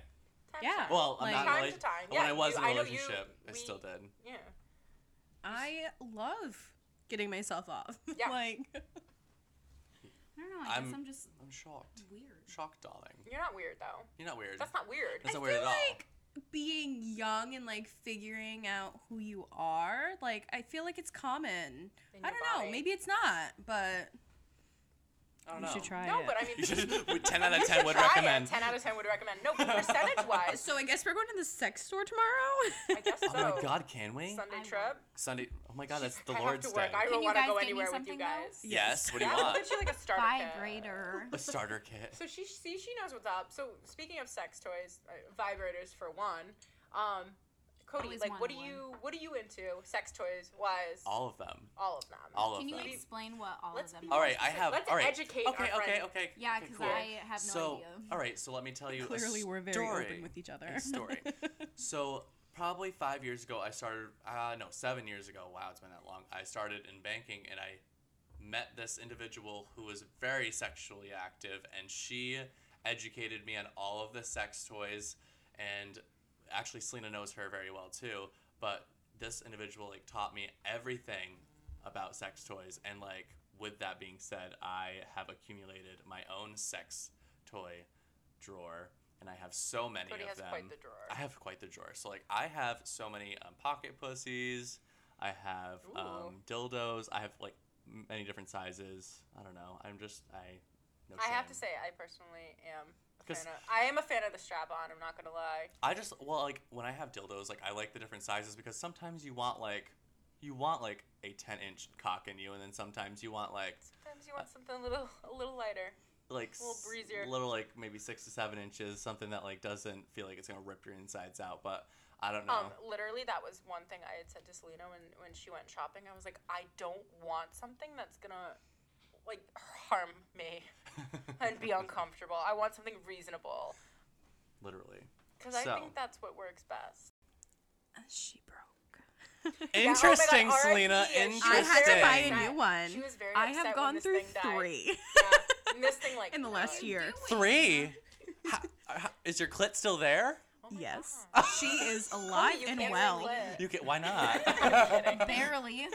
C: Time
D: Yeah.
C: To time.
A: Well, I'm
D: Like-
A: not
D: Time
A: really.
C: to time,
A: When
C: yeah,
A: I was
C: you-
A: in a
C: I know you-
A: relationship, I
C: we-
A: still did.
C: yeah.
D: I love getting myself off.
C: Yeah.
D: like
B: I don't know. I guess
A: I'm-
B: I'm, just
A: I'm shocked.
B: weird.
A: Shocked, darling.
C: You're not weird though.
A: You're not weird.
C: That's not weird.
A: That's
D: I
A: not weird
D: feel
A: at all.
D: like being young and like figuring out who you are, like I feel like it's common.
C: In
D: I
C: your
D: don't
C: body.
D: know, maybe it's not, but
A: I don't
D: you
A: know.
D: should try
C: no,
D: it.
C: but I mean,
A: You should- with 10 out of
C: you
A: 10
C: should
A: would
C: try it.
A: recommend.
C: Ten out of ten would recommend. No, percentage wise,
D: so I guess we're going to the sex store tomorrow.
C: I guess so.
A: Oh my god, can we?
C: Sunday
B: I
C: trip.
A: Sunday. Oh my god, that's the
C: I
A: Lord's
C: have to work.
A: Day.
C: I
B: Can
C: don't
B: you
C: want to
B: guys
C: go
B: get me
C: anywhere with you
B: something, though?
C: guys.
A: Yes, what do you
C: Yeah, I'll
A: want?
C: get you like a starter kit.
B: Vibrator.
A: A starter kit.
C: So she see she knows what's up. So speaking of sex toys, uh, vibrators for one. Um, Cody,
B: Always
C: like, what do
B: wanted
C: you what are you into? Sex toys wise, all,
A: All of them.
C: of them.
A: All
B: Can
A: of
B: you
A: them.
B: explain what all
C: Let's
B: of
C: be
B: them?
A: All
B: are?
A: right, I have.
C: Let's
A: all right.
C: educate our
A: Okay, okay,
C: friends.
A: okay.
B: Yeah,
A: okay,
B: 'cause
A: cool.
B: I have no
A: so,
B: idea.
A: all right, so let me tell you. a
D: Clearly, we're very
A: story.
D: open with each other.
A: A story. so probably five years ago, I started. Uh, no, seven years ago. Wow, it's been that long. I started in banking, and I met this individual who was very sexually active, and she educated me on all of the sex toys. And actually, Selena knows her very well too. But this individual like taught me everything about sex toys, and like with that being said, I have accumulated my own sex toy drawer, and I have so many
C: Cody
A: of
C: has
A: them.
C: quite the drawer.
A: I have quite the drawer. So like I have so many um, pocket pussies. I have um, dildos. I have like m- many different sizes. I don't know. I'm just I No
C: I have
A: shame.
C: to say, I personally am. a
A: 'Cause-
C: fan of- I am a fan of the strap on. I'm not gonna lie.
A: I just well like when I have dildos, like I like the different sizes because sometimes you want like you want like a ten inch cock in you, and then sometimes you want like
C: Sometimes you want
A: Uh,
C: something a little, a little lighter.
A: like
C: A little
A: s-
C: breezier.
A: little like maybe six to seven inches, something that like doesn't feel like it's gonna rip your insides out. But I don't know.
C: Um, literally, that was one thing I had said to Selena when, when she went shopping. I was like, I don't want something that's gonna like harm me and be uncomfortable. I want something reasonable
A: Literally.
C: because
A: So.
C: I think that's what works best.
D: She broke.
C: oh my God,
A: Interesting,
C: RIP,
A: Selena.
C: yeah, she was
D: I
A: Interesting.
D: had
C: very
D: to buy
C: upset.
D: a new one.
C: She was very
D: I
C: upset
D: have
C: when
D: gone
C: this
D: through
C: thing died.
D: three
C: Yeah. And this thing like
D: in the last
C: died.
D: year.
A: Three. How, how, is your clit still there?
C: Oh my
D: Yes,
C: God.
D: she is alive
C: you
D: and
C: can't
D: well.
C: relate.
A: You can. Why not?
B: Barely.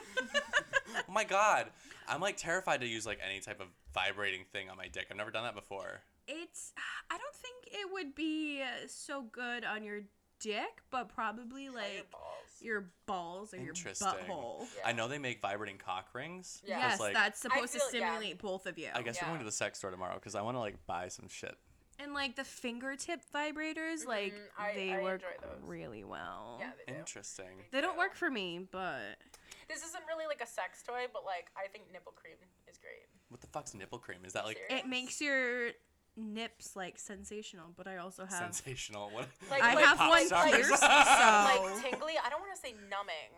A: oh my god. I'm like terrified to use like any type of vibrating thing on my dick. I've never done that before.
D: It's. I don't think it would be uh, so good on your dick, but probably
C: Try your
D: like
C: balls.
D: your balls or your
A: Interesting.
D: butthole.
C: Yeah.
A: I know they make vibrating cock rings.
C: Yeah.
D: Yes,
A: 'cause, like,
D: that's supposed to
C: feel- yeah.
D: stimulate both of you.
A: I guess we're going
C: Yeah.
A: to the sex store tomorrow because I want to like buy some shit.
D: And like the fingertip vibrators, like
C: Mhm, I-
D: they
C: I
D: work
C: enjoy those.
D: really well.
C: Yeah, they do.
A: Interesting.
D: They don't
C: Yeah.
D: work for me, but
C: This isn't really like a sex toy, but like I think nipple cream is great.
A: What the fuck's nipple cream? Is that like
C: Serious?
D: it makes your nips like sensational. But I also have
A: sensational? What?
C: Like-
D: I
C: like
D: have
C: pop
D: one
C: stars.
D: pierced, so
C: Like tingly, I don't want to say numbing.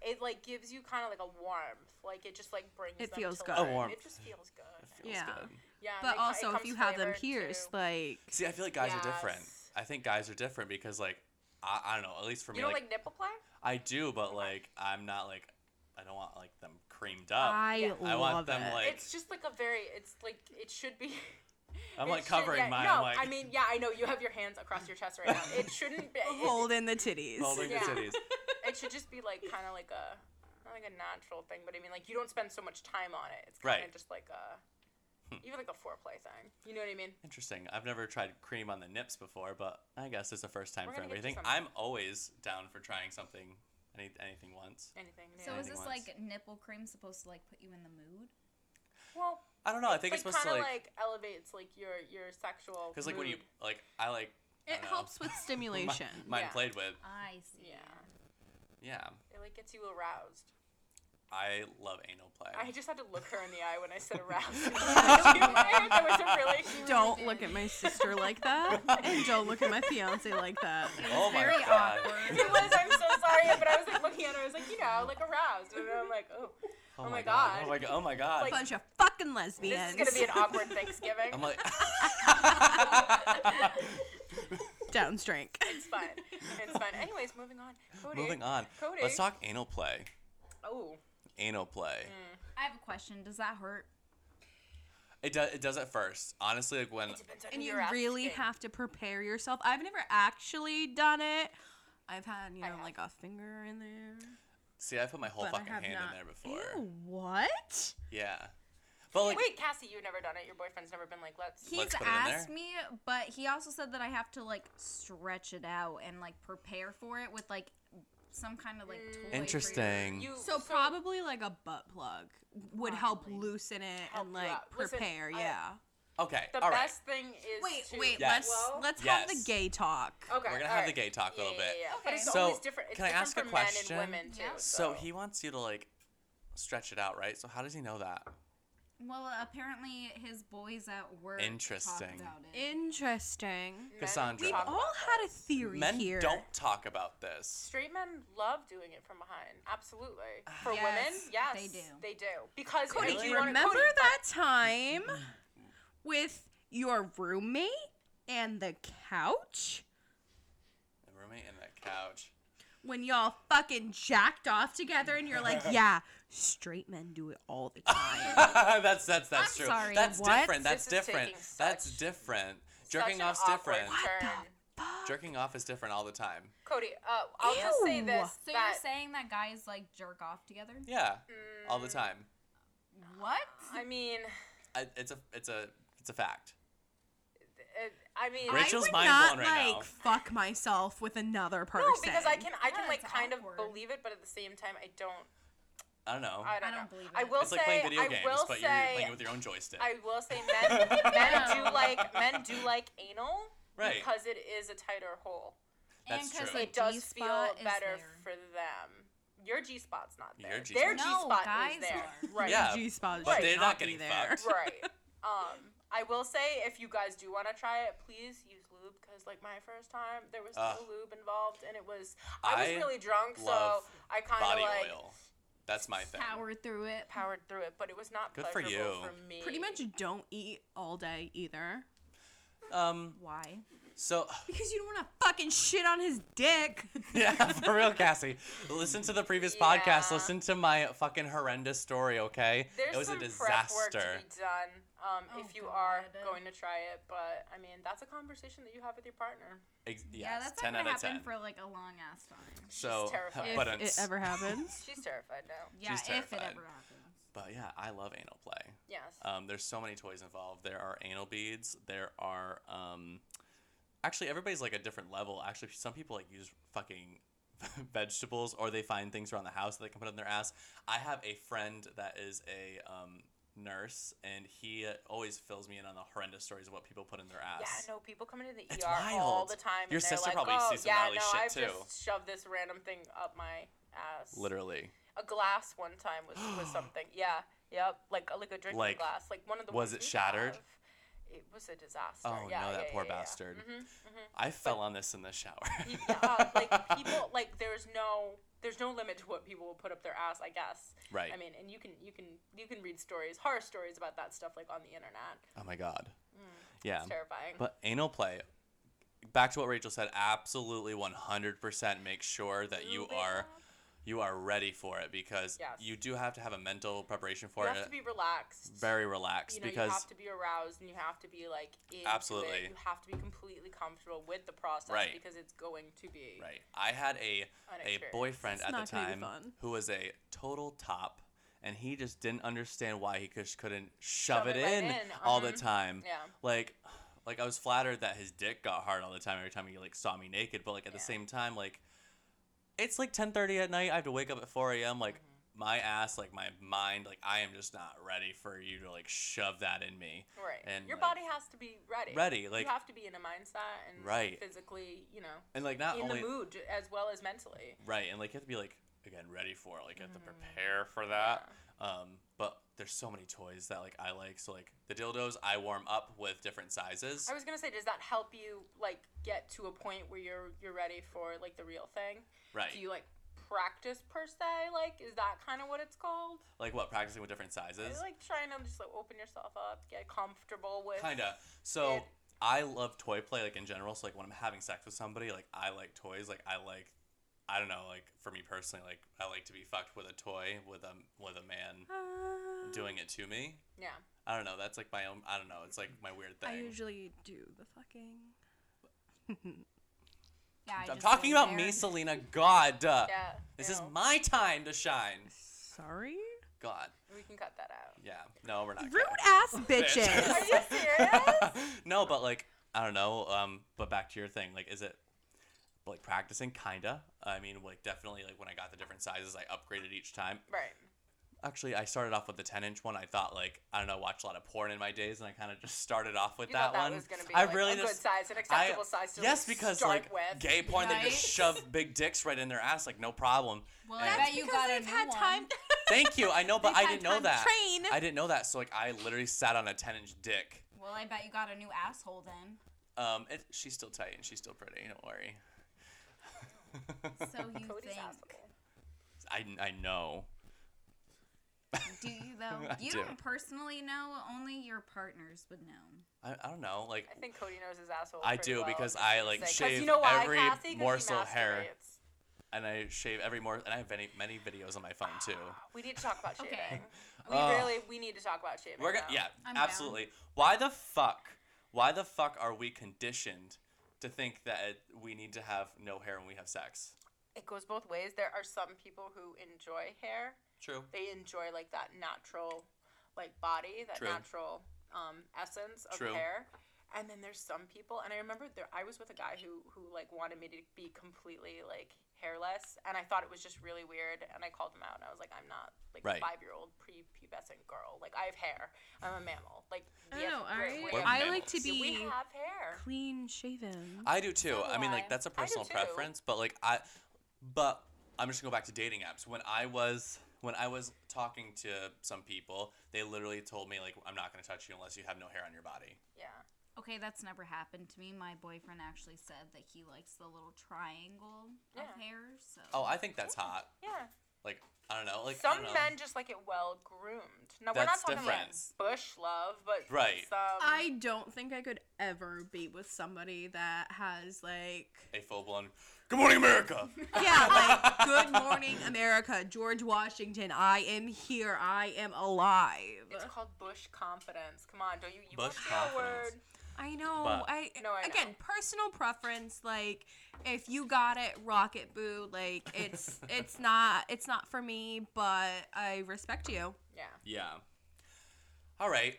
C: It like gives you kind of like a warmth. Like it just like brings.
D: It
C: them
D: feels
C: to
D: good.
A: A
C: life.
A: warmth.
C: It just feels good.
A: Feels
D: Yeah.
A: good.
C: Yeah. and
D: but
C: they co- it
D: also if
C: comes
D: you have them
C: flavored,
D: pierced,
C: too.
D: like
A: See, I feel like guys are different.
C: Yes.
A: I think guys are different because like I, I don't know. At least for
C: you
A: me,
C: don't
A: like,
C: like, nipple play?
A: I do, but like I'm not like I don't want like them creamed up.
D: Oh, I
C: yeah.
D: love
A: I want them,
D: it.
A: like-
C: it's just like a very. It's like it should be.
A: I'm
C: it
A: like
C: should-
A: covering
C: yeah,
A: mine.
C: No,
A: I'm like
C: I mean, yeah, I know you have your hands across your chest right now. It shouldn't be. it-
D: holding the titties.
A: holding
C: yeah.
A: the titties.
C: it should just be like kind of like a not like a natural thing, but I mean like you don't spend so much time on it. It's kind of
A: Right. Hmm.
C: just like a even like a foreplay thing. You know what I mean?
A: Interesting. I've never tried cream on the nips before, but I guess it's the first time
C: We're
A: for
C: gonna get you
A: everything.
C: something.
A: I'm always down for trying something, any, anything once.
C: Anything.
B: So
C: yeah.
B: is this
A: Anything
B: like nipple cream supposed to like put you in the mood?
C: well,
A: I don't know. I think it's,
C: like
A: supposed to
C: kind of
A: like
C: like, mm. elevates like your your sexual.
A: because like when you
C: mood.
A: like I like I
D: It
A: don't know.
D: helps with
A: Mi-
D: stimulation.
A: Mine
C: Yeah.
A: played with.
B: I see.
C: Yeah.
A: Yeah,
C: It like gets you aroused.
A: I love anal play.
C: I just had to look her in the eye when I said aroused. She was- there was a really.
D: don't look at my sister like that, and don't look at my fiance like that.
A: oh my
B: Very
A: god.
B: awkward.
C: It was. I'm so sorry, but I was like looking at her. I was like, you know, like aroused, and I'm like, oh,
A: Oh,
C: my
A: my god.
C: God.
A: Oh my god. Oh my god.
C: Like-
D: Bunch of fucking
C: this
D: lesbians.
C: is gonna be an awkward Thanksgiving.
A: I'm like.
D: Down's drink.
C: It's fun. It's fun. Anyways, moving on. Cody.
A: Moving on.
C: Cody.
A: Let's talk anal play.
C: Oh,
A: Anal play.
C: Mm.
B: I have a question. Does that hurt?
A: It does. It does at first. Honestly, like when
C: it depends on
D: And
C: who
D: you
C: you're
D: really
C: asking.
D: have to prepare yourself. I've never actually done it. I've had, you
C: I
D: know,
C: have.
D: like a finger in there.
A: see, I put my whole
D: but I
A: fucking
D: have
A: hand
D: not.
A: in there before.
D: Ew, what?
A: Yeah. But like,
C: Wait, Cassie, you've never done it. Your boyfriend's never been like, let's.
B: He's
A: Let's put it in there.
B: asked me, but he also said that I have to like stretch it out and like prepare for it with like some kind of like
C: Mm.
B: toy. for your-
A: interesting.
C: you,
D: So, probably like a butt plug would help
B: Probably.
D: loosen it
C: Help
D: and
C: you
D: like
C: out. Listen,
D: prepare.
C: I-
D: yeah.
A: okay.
C: The
A: all right.
C: best thing is.
D: Wait,
C: to-
D: wait.
A: Yes.
D: Let's
C: Well-
D: let's have the
A: Yes.
D: gay talk.
C: Okay.
A: We're gonna
C: all
A: have
C: right.
A: the gay talk a
C: Yeah,
A: little
C: yeah,
A: bit.
C: yeah. But it's
A: So,
C: always different. It's
A: can I
C: different
A: ask a
C: for
A: question?
C: Men and women too.
B: Yeah.
A: So he wants you to like stretch it out, right? So how does he know that?
B: Well, apparently his boys at work
A: Interesting.
B: talk about it.
D: Interesting.
C: Men
A: Cassandra.
D: We've
C: talk
D: all
C: about
D: had a
C: this.
D: theory
A: Men
D: here.
A: don't talk about this.
C: Straight men love doing it from behind. Absolutely.
A: Ah.
C: For
B: Yes,
C: women, yes,
B: they do.
C: They do. Because
D: Cody,
C: if
A: Really?
D: do you
C: wanna-
D: remember
C: Cody,
D: that time with your roommate and the couch
A: The roommate and that couch.
D: when y'all fucking jacked off together and you're like, yeah, straight men do it all the time.
A: that's that's that's
B: I'm
A: true.
B: sorry,
A: That's
D: what?
A: different. That's
C: This is
A: different.
C: taking
A: That's
C: such-
A: different.
C: such
A: Jerking
C: an
A: off's
C: awkward
A: different.
C: turn.
A: Jerking off is different all the time.
C: Cody, uh, I'll just say
D: Ew.
C: this.
B: So
C: that
B: you're saying that guys like jerk off together?
A: Yeah,
C: Mm.
A: all the time.
B: What?
C: I mean,
A: I, it's a it's a it's a fact.
C: it, I mean,
A: Rich- Rachel's
D: I would
A: mind
D: not
A: blown right
D: like
A: now.
D: fuck myself with another person.
C: No, because I can I
B: Yeah,
C: can like
B: it's
C: kind
B: awkward.
C: of believe it, but at the same time I don't.
A: I don't know.
C: I don't,
B: I
C: know.
B: don't believe
C: I
B: it.
C: will
A: it's like
C: say,
A: playing video
C: I
A: games,
C: will
A: but you're
C: say,
A: playing with your own joystick.
C: I will say, men, men do like men do like anal
A: right.
C: because it is a tighter hole.
A: That's
B: and 'cause
A: true.
B: the
C: It does
B: G-spot
C: feel
B: is
C: better
B: there.
C: for them. Your G spot's not
A: Your
C: there. Their G
B: G-spot. No,
C: spot
B: guys
C: is there.
B: are.
C: Right.
A: Yeah,
D: G spot
A: but
D: should
A: they're
D: not
A: not
D: be
A: getting
D: there.
A: fucked.
C: right. Um, I will say if you guys do want to try it, please use lube because like my first time there was no
A: Ugh.
C: lube involved and it was I was
A: I
C: really drunk so
A: love
C: I kind
A: Body
C: of like
A: oil. That's my thing.
B: Power through it.
C: powered through it, but it was not
A: Good for
C: pleasurable
A: you.
C: for me.
D: Pretty much don't eat all day either.
A: Um.
B: Why?
A: So
D: Because you don't want to fucking shit on his dick.
A: yeah, for real, Cassie. Listen to the previous podcast.
C: Yeah.
A: Listen to my fucking horrendous story. Okay.
C: There's
A: it was
C: some
A: a
C: prep work to
A: disaster.
C: be done um,
B: Oh,
C: if you are
B: God.
C: going to try it, but I mean that's a conversation that you have with your partner.
A: Ex- yes,
B: yeah, that's not
A: ten out
B: gonna
A: of
B: happen
A: ten.
B: for like a long ass time.
A: so,
C: terrifying.
A: but
D: If it
A: it's-
D: ever happens.
C: She's terrified now.
B: Yeah, if
A: terrified.
B: it ever happens.
A: but yeah, I love anal play.
C: Yes.
A: Um, there's so many toys involved. There are anal beads. There are um, actually everybody's like a different level. Actually, some people like use fucking vegetables or they find things around the house that they can put in their ass. I have a friend that is a um, nurse, and he uh, always fills me in on the horrendous stories of what people put in their ass.
C: Yeah, no, people come into the
A: It's
C: ER all
A: wild.
C: the time. and
A: Your
C: they're
A: sister
C: like,
A: probably
C: oh,
A: sees some
C: yeah,
A: gnarly
C: no,
A: shit,
C: I've
A: too."
C: just shoved this random thing up my ass.
A: Literally,
C: A glass one time was, was something. Yeah, yep. Like, a- like a drinking
A: Like,
C: glass. Like one of the
A: was
C: ones
A: it
C: we
A: shattered?
C: have. It was a disaster.
A: Oh,
C: yeah,
A: no,
C: yeah,
A: that
C: yeah,
A: poor
C: yeah, yeah.
A: bastard.
C: Mhm, mhm.
A: I fell on this in the shower.
C: Pe- uh, like people, like there's no, there's no limit to what people will put up their ass. I guess.
A: right.
C: I mean, and you can, you can, you can read stories, horror stories about that stuff, like on the internet.
A: oh my god.
C: Mm.
A: yeah.
C: It's terrifying.
A: But anal play, back to what Rachel said, absolutely 100% make sure that you
C: Moving
A: are
C: on.
A: you are ready for it because
C: Yes.
A: you do have to have a mental preparation
C: you
A: for
C: have
A: it.
C: to be relaxed.
A: very relaxed
C: you know,
A: because
C: you have to be aroused and you have to be like into
A: Absolutely.
C: It. You have to be completely comfortable with the process
A: Right.
C: because it's going to be
A: right. I had a
C: An
A: a
C: experience.
A: boyfriend
D: It's
A: at the
D: not gonna
A: time
D: be fun.
A: who was a total top and he just didn't understand why he just couldn't shove, it,
C: right
A: in,
C: in,
A: all the
C: uh-huh.
A: time.
C: Yeah.
A: Like like I was flattered that his dick got hard all the time every time he like saw me naked, but like at the
C: Yeah.
A: same time, like it's like ten thirty at night, I have to wake up at four AM, like
C: Mm-hmm.
A: my ass, like my mind, like I am just not ready for you to like shove that in me.
C: Right.
A: And,
C: Your
A: like,
C: body has to be ready.
A: Ready. Like
C: you have to be in a mindset and
A: Right.
C: physically, you know,
A: and like not
C: in
A: only
C: the mood as well as mentally.
A: Right, and like you have to be like again ready for it. Like you have to prepare
C: Mm,
A: for that. Um, but there's so many toys that like I like. So like the dildos I warm up with different sizes.
C: I was gonna say, does that help you like get to a point where you're you're ready for like the real thing?
A: right.
C: Do you like practice per se? Like, is that kind of what it's called?
A: like what practicing with different
C: Is
A: sizes?
C: it, like trying to just like open yourself up, get comfortable with
A: Kinda. So
C: it-
A: I love toy play like in general. So like when I'm having sex with somebody, like I like toys. Like I like. I don't know, like for me personally, like I like to be fucked with a toy with a with a man doing it to me.
C: Yeah.
A: I don't know. That's like my own. I don't know. It's like my weird thing.
D: I usually do the fucking.
B: Yeah, I
A: I'm
B: just
A: talking
B: laid
A: about
B: there.
A: me, Selena. God. uh,
C: Yeah.
A: This
C: you
A: is
C: know,
A: my time to shine.
D: Sorry?
A: God.
C: we can cut that out.
A: Yeah. No, we're not.
D: Rude ass bitches.
C: Are you serious?
A: cutting. no, but like I don't know. Um, but back to your thing. Like, is it like practicing? Kinda. I mean, like definitely. Like when I got the different sizes, I upgraded each time.
C: right.
A: Actually, I started off with the 10 inch one. I thought like I don't know, I watched a lot of porn in my days, and I kind of just started off with
C: You
A: that,
C: thought that
A: one.
C: was gonna be
A: I
C: like,
A: really
C: a
A: just
C: good size, an
A: I-
C: acceptable size to
A: yes,
C: like,
A: because
C: start
A: like
C: with.
A: gay porn, they just
B: Right?
A: shove big dicks right in their ass like no problem.
B: Well,
A: And-
B: I bet you
D: Because
B: got a
D: they've
B: new
D: had
B: one.
D: time.
A: Thank you. I know, but
D: They've
A: I
D: had
A: didn't know
D: time to
A: that.
D: train.
A: I didn't know that. So like, I literally sat on a ten inch dick.
B: Well, I bet you got a new asshole then.
A: Um, it, she's still tight and she's still pretty. Don't worry.
B: So you
C: Cody's
B: think?
C: asshole.
A: I, I know.
B: Do you though?
A: I
B: You
A: do.
B: do. not personally know. Only your partners would know.
A: I, I don't know. Like
C: I think Cody knows his asshole.
A: I
C: pretty
A: do
C: well,
A: because
C: for
A: I,
C: Pete's
A: like,
C: sake. 'Cause
A: shave
C: you know why,
A: every
C: Cassie? 'Cause he
A: morsel hair.
C: masturbates.
A: and I shave every more and I have many many videos on my phone too.
C: We need to talk about shaving.
B: Okay.
C: We
A: Ugh.
C: really we need to talk about shaving.
A: We're gonna
C: now.
A: yeah,
B: I'm down.
A: absolutely. Why the fuck? Why the fuck are we conditioned to think that it, we need to have no hair when we have sex?
C: It goes both ways. There are some people who enjoy hair.
A: True.
C: They enjoy like that natural, like body, that
A: True.
C: natural um, essence of
A: True.
C: hair. And then there's some people, and I remember there I was with a guy who who like wanted me to be completely like hairless, and I thought it was just really weird. And I called him out, and I was like, I'm not like
A: Right.
C: a five year old prepubescent girl. Like I have hair. I'm a mammal. Like
D: I
C: yes,
D: know, I-
C: we're- we're-
A: I like
D: to
C: we
D: be-
C: have hair.
D: Clean shaven.
A: I do too.
C: do
A: I mean,
C: I.
A: like that's a
C: I do
A: personal
C: too.
A: preference, but like I, but I'm just gonna go back to dating apps. When I was when I was talking to some people, they literally told me like, I'm not gonna touch you unless you have no hair on your body.
C: Yeah.
B: Okay, that's never happened to me. My boyfriend actually said that he likes the little triangle
C: Yeah.
B: of hair. So
A: Oh, I think that's hot.
C: Yeah.
A: Like I don't know. Like I
C: some
A: don't know.
C: men just like it well groomed. Now we're not
A: That's
C: talking
A: different.
C: about bush love, but
A: Right.
C: Some,
D: I don't think I could ever be with somebody that has like
A: a full blown. Good morning, America.
D: yeah, like good morning America, George Washington, I am here, I am alive.
C: it's called bush confidence. Come on, don't you? you
A: Bush
C: won't say a
A: confidence.
C: word.
D: I know.
A: But-
D: I,
C: No, I know.
D: again, personal preference. Like, if you got it, rocket boo. Like, it's it's not it's not for me, but I respect you.
C: Yeah.
A: yeah. All right.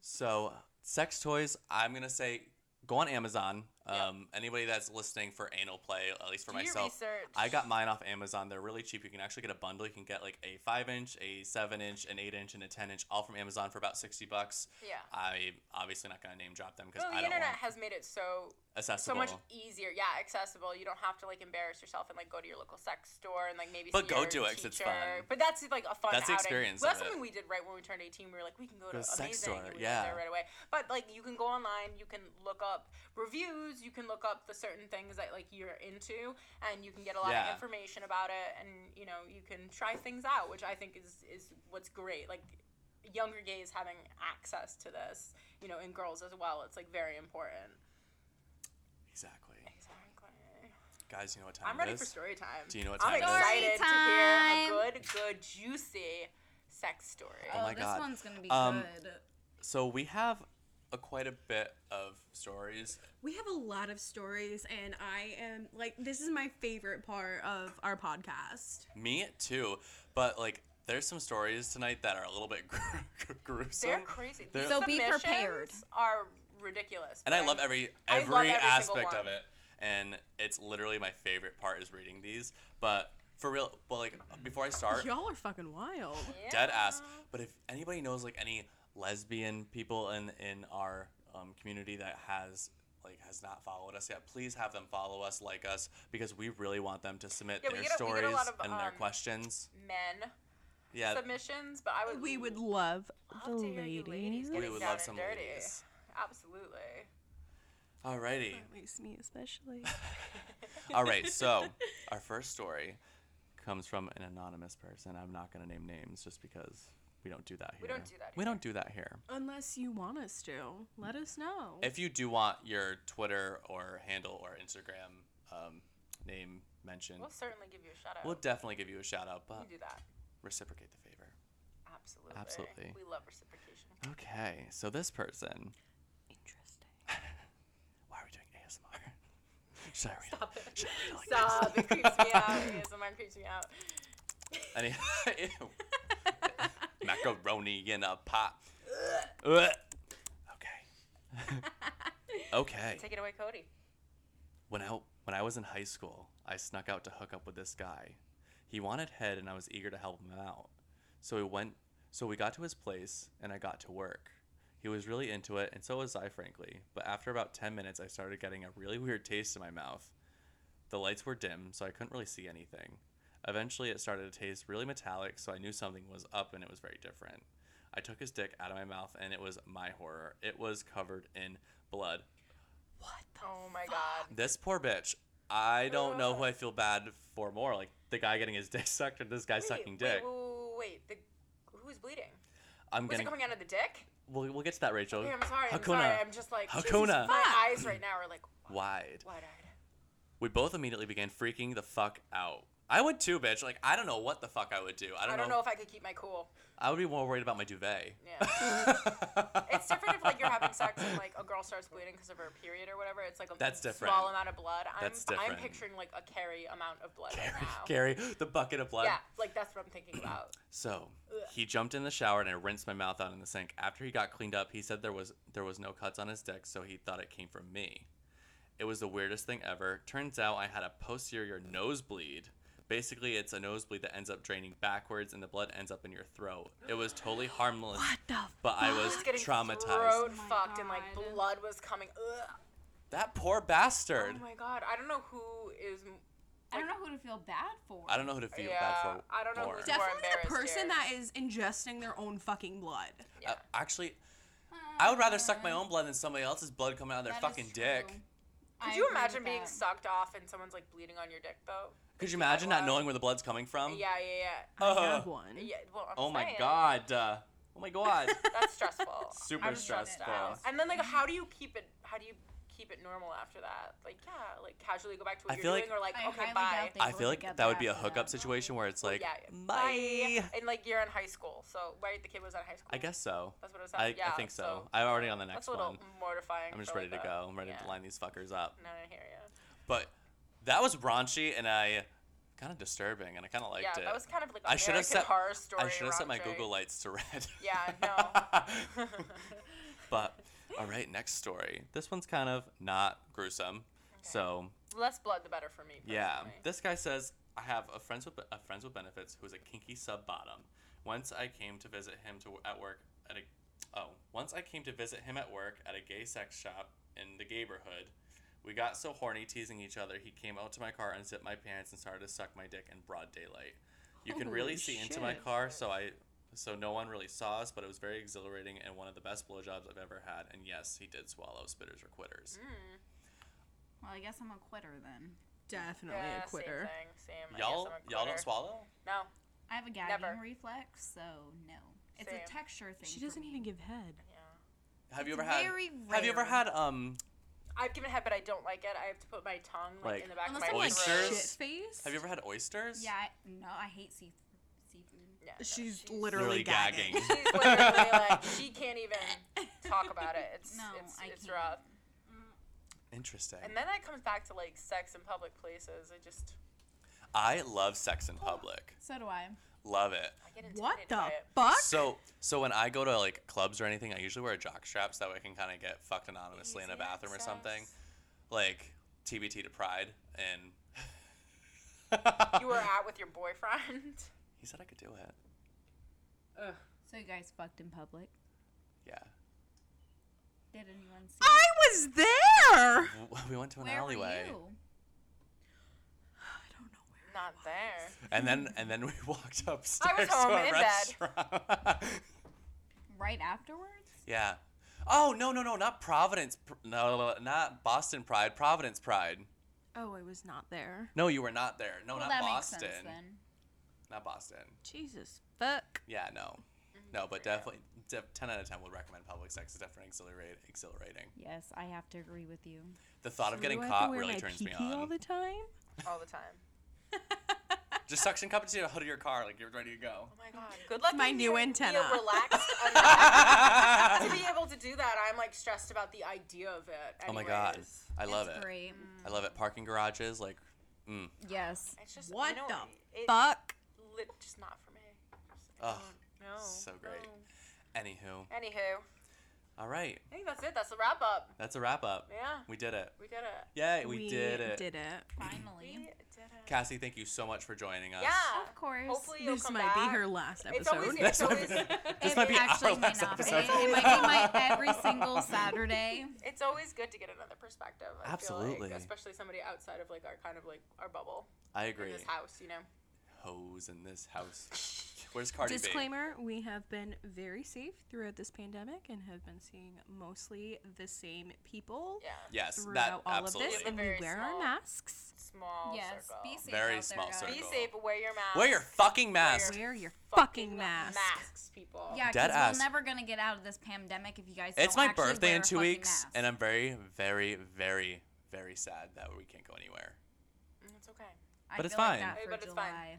A: So sex toys. I'm gonna say go on Amazon.
C: Yeah.
A: Um, Anybody that's listening for anal play, at least for
C: Do your
A: myself,
C: research.
A: I got mine off Amazon. They're really cheap. You can actually get a bundle. You can get like a five inch, a seven inch, an eight inch, and a ten inch, all from Amazon for about sixty bucks.
C: Yeah.
A: I obviously not gonna name drop them because
C: Well, the
A: I don't want
C: internet has made it so so
A: accessible.
C: much easier. Yeah, accessible. You don't have to like embarrass yourself and like go to your local sex store and like maybe.
A: But
C: see
A: go to
C: your
A: it 'cause it's
C: teacher.
A: fun.
C: But that's like a fun.
A: That's the
C: outing.
A: experience
C: Well,
A: of
C: that's
A: it.
C: something we did right when we turned eighteen. We were like, we can go to
A: Go to
C: amazing.
A: sex store,
C: and we went
A: yeah.
C: there right away. But like, you can go online. You can look up reviews. You can look up the certain things that like you're into, and you can get a lot
A: Yeah.
C: of information about it. And you know, you can try things out, which I think is is what's great. Like younger gays having access to this, you know, and girls as well. It's like very important.
A: exactly,
C: Exactly.
A: guys. You know what time
C: I'm
A: it
C: ready
A: is?
C: for story time.
A: Do you know what
C: I'm
A: time it is?
C: excited
B: Story time.
C: to hear a good, good, juicy sex story.
A: Oh my
B: this
A: God.
B: one's gonna be
A: Um,
B: good.
A: So we have a, quite a bit of stories.
D: We have a lot of stories, and I am like, this is my favorite part of our podcast.
A: Me too, but like there's some stories tonight that are a little bit gr- gr- gruesome.
C: They're crazy.
A: They're-
C: These
B: So be
C: submissions
B: prepared.
C: Are ridiculous.
A: and
C: but
A: I love every
C: I love
A: every,
C: every single
A: aspect
C: one.
A: of it. And it's literally my favorite part is reading these. But for real, well, like before I start,
D: Y'all are fucking wild.
C: Yeah.
A: dead ass. But if anybody knows like any lesbian people in in our um, community that has like has not followed us yet, please have them follow us, like us, because we really want them to submit
C: Yeah, we
A: their
C: get a- we get a
A: stories
C: lot of,
A: and their
C: um,
A: questions.
C: Men
A: Yeah,
C: submissions, but I would.
D: We would love the
C: love to hear you ladies
D: ladies.
A: we
C: getting
A: would
C: down
A: love
C: and
A: some
C: dirty.
A: ladies.
C: Absolutely.
A: Alrighty,
D: At least me, especially.
A: all right. So our first story comes from an anonymous person. I'm not gonna name names just because we don't do that here.
C: We don't do that
A: We
C: here.
A: don't do that here.
D: Unless you want us to, let us know.
A: If you do want your Twitter or handle or Instagram um, name mentioned,
C: We'll certainly give you a shout out.
A: We'll definitely give you a shout out,
C: you
A: but
C: do that.
A: reciprocate the favor.
C: Absolutely.
A: Absolutely.
C: We love reciprocation.
A: Okay, so this person.
D: Interesting.
A: Why are we doing ASMR? Should I read? Stop it. Should I read like
C: Stop. It creeps me out. ASMR creeps me out.
A: Any, ew. Macaroni in a pot. Ugh. okay. okay.
C: Take it away, Cody.
A: When I when I was in high school, I snuck out to hook up with this guy. He wanted head and I was eager to help him out. So we went so we got to his place and I got to work. He was really into it and so was I frankly, but after about 10 minutes I started getting a really weird taste in my mouth. The lights were dim, so I couldn't really see anything. Eventually it started to taste really metallic, so I knew something was up and it was very different. I took his dick out of my mouth and it was my horror. It was covered in blood.
C: Oh my god.
A: This poor bitch. I don't know who I feel bad for more, like the guy getting his dick sucked or this guy sucking
C: wait,
A: dick.
C: Wait, wait, wait, wait. The, who's bleeding?
A: I'm
C: Was
A: gonna.
C: it coming out of the dick?
A: We'll, we'll get to that, Rachel.
C: Okay, I'm sorry. I'm
A: Hakuna.
C: sorry. I'm just like Jesus,
A: Hakuna.
C: My eyes right now are like
A: Wide.
C: wide eyed.
A: We both immediately began freaking the fuck out. I would too, bitch. Like I don't know what the fuck I would do. I
C: I
A: don't,
C: don't,
A: know.
C: know if I could keep my cool.
A: I would be more worried about my duvet.
C: Yeah. It's different if like you're having sex and like a girl starts bleeding because of her period or whatever. It's like a
A: That's different.
C: small amount of blood. I'm,
A: That's
C: I'm
A: different.
C: picturing like a carry amount of blood
A: Carry,
C: right now.
A: carry the bucket of blood.
C: Yeah, like that's what I'm thinking about.
A: So
C: Ugh.
A: he jumped in the shower and I rinsed my mouth out in the sink. After he got cleaned up, he said there was there was no cuts on his dick, so he thought it came from me. It was the weirdest thing ever. Turns out I had a posterior nosebleed. Basically, it's a nosebleed that ends up draining backwards and the blood ends up in your throat. It was totally harmless,
D: What the?
A: but I was
C: Just getting
A: traumatized.
C: throat
B: Oh my
C: fucked and like
B: God.
C: blood was coming. Ugh.
A: That poor bastard.
C: Oh my god! I don't know who is. m-
B: I don't know who to feel bad for.
A: I don't know who to feel
C: Yeah,
A: bad for. Uh,
C: I don't know
A: more.
C: who's-
D: Definitely the
C: embarrassed
D: person
C: here.
D: that is ingesting their own fucking blood.
C: Yeah.
A: Uh, actually,
B: Uh,
A: I would rather suck my own blood than somebody else's blood coming out of their
B: That is
A: fucking dick.
B: true. I
C: Could you
B: agree with
C: imagine being
B: that.
C: sucked off and someone's like bleeding on your dick though?
A: Could you imagine
C: wow.
A: not knowing where the blood's coming from?
C: Yeah, yeah,
D: I
A: Ugh.
D: have one.
C: yeah. yeah well, I'm
A: Um, Oh my
C: saying,
A: god. Uh, oh my god.
C: That's stressful.
A: Super
C: I'm stressed
A: stressful.
C: out. And then like, how do you keep it? How do you keep it normal after that? Like, yeah, like casually go back to what
A: I
C: you're
A: feel
C: doing,
A: like-
C: or like,
B: I
C: okay,
B: highly
C: bye.
B: doubt they
A: I
B: work
A: feel like
B: together
A: that would be a
B: after
A: hookup
B: that.
A: situation where it's like,
C: yeah, yeah.
A: bye.
C: And like you're in high school, so right, the kid was in high school.
A: I guess so.
C: that's what it was.
A: I,
C: yeah,
A: I think so. I'm already on the next
C: that's a little
A: one.
C: mortifying.
A: I'm just
C: for,
A: ready to
C: like,
A: go. I'm ready
C: yeah.
A: to line these fuckers up.
C: No, I hear you.
A: But that was raunchy and I kind of disturbing and I kind of liked
C: Yeah,
A: it.
C: that was kind of like
A: I should have
C: American
A: set-
C: horror story.
A: I should have set my
C: Roxy.
A: Google lights to red.
C: Yeah, no.
A: but all right, next story. This one's kind of not gruesome. So
C: Less blood, the better for me.
A: Yeah.
C: personally.
A: This guy says, I have a friends with a friends with benefits who is a kinky sub bottom. Once I came to visit him to at work at a oh, once I came to visit him at work at a gay sex shop in the neighborhood. We got so horny teasing each other, he came out to my car, unzipped my pants, and started to suck my dick in broad daylight. You can really
D: Holy
A: see into my
D: shit.
A: car, so I so no one really saw us, but it was very exhilarating and one of the best blowjobs I've ever had. And yes, he did swallow spitters or quitters.
C: Mm,
B: Well, I guess I'm a quitter then.
D: Definitely
C: yeah,
D: a quitter.
C: Same thing. Same.
A: Y'all,
C: I guess I'm a
A: y'all
C: quitter.
A: don't swallow.
C: No.
B: I have a gagging
C: Never.
B: reflex, so no. It's
C: Same.
B: a texture thing.
D: She
B: for
D: doesn't
B: me.
D: even give head.
C: Yeah.
A: Have you
B: It's
A: ever had?
B: very
A: Have you ever
B: rare.
A: had um?
C: I've given head, but I don't like it. I have to put my tongue like,
A: Like,
C: in the back
D: Unless
C: of
D: I'm
C: my
D: like
A: Oysters?
D: shit
C: throat.
D: faced.
A: Have you ever had oysters?
B: Yeah, I, no, I hate seafood. Seafood.
C: Yeah, no,
D: She's
C: she's
D: literally,
A: Literally gagging.
D: gagging.
C: She's literally like she can't even talk about it. It's
B: No,
C: it's,
B: I
C: it's
B: can't.
C: rough.
A: Interesting.
C: And then that comes back to like sex in public places. I just
A: I love sex in public.
B: So do I.
A: Love it.
C: I get intimidated
D: What the
C: by it.
D: fuck?
A: So so when I go to like clubs or anything, I usually wear a jock strap so that way I can kind of get fucked anonymously in a
C: Easy
A: bathroom or something.
C: access.
A: Like TBT to Pride and
C: You were out with your boyfriend.
A: He said I could do it.
C: Ugh.
B: So you guys fucked in public?
A: Yeah.
B: Did anyone see?
D: I was there.
A: W- We went to an
B: Where
A: alleyway.
B: were you?
D: I don't know where.
C: Not there.
A: And then and then we walked upstairs
C: home
A: to a
C: in
A: restaurant.
B: Right afterwards?
A: yeah. Oh no no no not Providence Pr- no not Boston Pride Providence Pride
D: Oh, I was not there.
A: no you were not there no
B: well,
A: not
B: that
A: Boston
B: makes sense then.
A: not Boston.
D: Jesus fuck.
A: Yeah, no, no, but definitely de- ten out of ten would recommend public sex. It's definitely exhilarating. Exhilarating.
B: Yes, I have to agree with you.
A: The thought of getting
D: Do I have to
A: caught
D: wear
A: really
D: my
A: turns me
D: PP all
A: on.
D: the time.
C: All the time.
A: Just suction cup into the hood of your car, like you're ready to go.
C: Oh my god. Good luck.
D: my
C: getting
D: new
C: to be
D: antenna.
C: a relaxed enough to be able to do that, I'm like stressed about the idea of it.
A: Oh my god,
C: anyways.
A: I love
B: That's
A: it.
B: Great.
A: I
C: Mm.
A: love it. Parking garages, like, mm,
B: Yes.
C: It's just
D: What
C: you know,
D: the
C: it,
D: Fuck.
C: Lit, just not for me. Just- I
A: Ugh,
C: don't- No.
A: so great.
C: no.
A: anywho.
C: Anywho,
A: All right,
C: I think that's it. That's the wrap up.
A: that's a wrap up.
C: Yeah,
A: We did it.
C: we did it.
A: Yay, we, did it.
D: Did it.
C: We
B: Finally.
C: did it.
A: Cassie, thank you so much for joining us.
C: Yeah.
B: Of course.
C: Hopefully you'll
D: This
C: come
D: might
C: back.
D: be her last episode.
C: It's always, it's
A: That's what-
C: always,
A: This
B: It
A: might be
B: actually
A: our
B: may
A: last
B: not be.
A: episode.
B: It might be my every single Saturday.
C: it's always good to get another perspective. I Feel
A: Absolutely.
C: like, especially somebody outside of like our kind of like our bubble
A: I
C: in
A: agree.
C: this house, you know.
A: Hoes in this house. Where's Cardi B?
D: Disclaimer: We have been very safe throughout this pandemic and have been seeing mostly the same people
C: Yeah.
A: Yes, that
D: throughout all of
A: absolutely.
D: this,
C: It's a
D: and we
C: very
D: wear
C: small-
D: our masks.
C: Small
B: Yes.
C: circle.
B: Be safe.
A: Very
B: out
A: small
B: there,
A: circle.
B: guys.
C: Be safe. Wear your mask.
A: Wear your fucking mask.
D: Wear your
C: Fucking
D: fucking mask.
C: Masks, people.
B: Yeah,
A: Dead
B: because
A: ass.
B: we're never gonna get out of this pandemic if you guys.
A: It's
B: don't
A: my
B: actually
A: birthday
B: wear
A: in two
B: fucking
A: weeks,
B: masks.
A: and I'm very, very, very, very sad that we can't go anywhere.
C: Mm, It's okay.
B: I
A: But it's
B: feel like
A: fine.
B: that
C: Hey,
B: for
C: but it's fine.
B: July.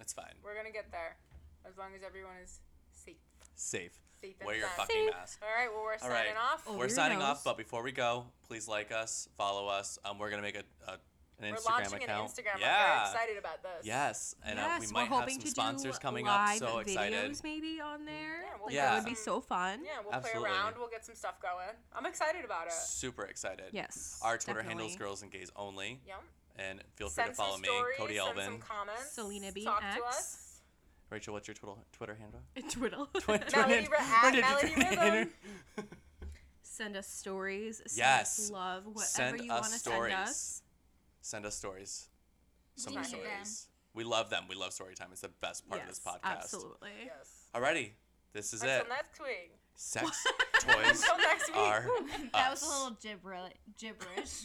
A: It's fine.
C: We're gonna get there, as long as everyone is safe.
A: Safe.
C: Safe and
A: Wear your
C: sound.
A: fucking mask.
C: All right. Well, we're
A: All right.
C: signing off.
B: Oh,
A: We're signing
B: Weirdos.
A: off, but before we go, please like us, follow us. Um, we're gonna make a, a an
C: we're
A: Instagram
C: launching
A: account.
C: an Instagram. I'm very
A: yeah.
C: excited about this.
A: Yes, and uh, we
D: Yes,
A: might
D: we're
A: have
D: hoping
A: some
D: to
A: sponsors
D: do
A: coming
D: live
A: up. So excited.
D: videos maybe on there.
C: Yeah,
D: Yeah,
C: we'll
D: like,
A: Yeah.
D: that would be so fun.
C: Yeah, we'll
A: Absolutely.
C: play around. We'll get some stuff going. I'm excited about it.
A: Super excited.
D: Yes.
A: Our Twitter handles
D: definitely.
A: girls and gays only,
C: Yep.
A: and feel free
C: Send
A: to follow
C: some
A: me,
C: stories,
A: Cody
C: send
A: Elvin.
C: some comments.
D: Selena Bean
C: Talk
D: X.
C: to us.
A: Rachel, what's your Twitter Twitter handle?
D: Twiddle.
A: Twin-
C: Melody
A: twin-
C: Ra- at
A: twin-
C: Melody
A: twin-
D: send us stories. Send
A: Yes.
D: Us love. Whatever
A: Send
D: you
A: us
D: want to send
A: stories.
D: us.
A: Send us stories. So
B: We
A: many
B: need
A: stories.
B: them.
A: We love them. We love story time. It's the best part of this
D: Yes,
A: podcast.
D: Absolutely.
C: Yes.
A: Alrighty, this is
C: Until
A: it.
C: next week.
A: Sex toys
C: Until next week.
A: are
B: That was
A: us.
B: a little gibber- gibberish.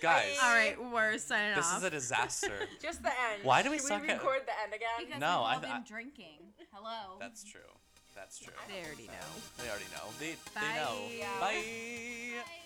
A: guys.
D: All right, we're signing
A: This
D: off.
A: is a disaster.
C: Just the end.
A: Why do we
C: Should
A: suck
C: we
A: at-
C: record the end
B: because
C: again?
A: No,
B: we've all
A: I-
B: been
A: I-
B: drinking. Hello.
A: That's true. That's true.
D: they already know.
A: They already know. They, they
D: Bye.
A: know.
C: Yeah.
A: Bye.
B: Bye.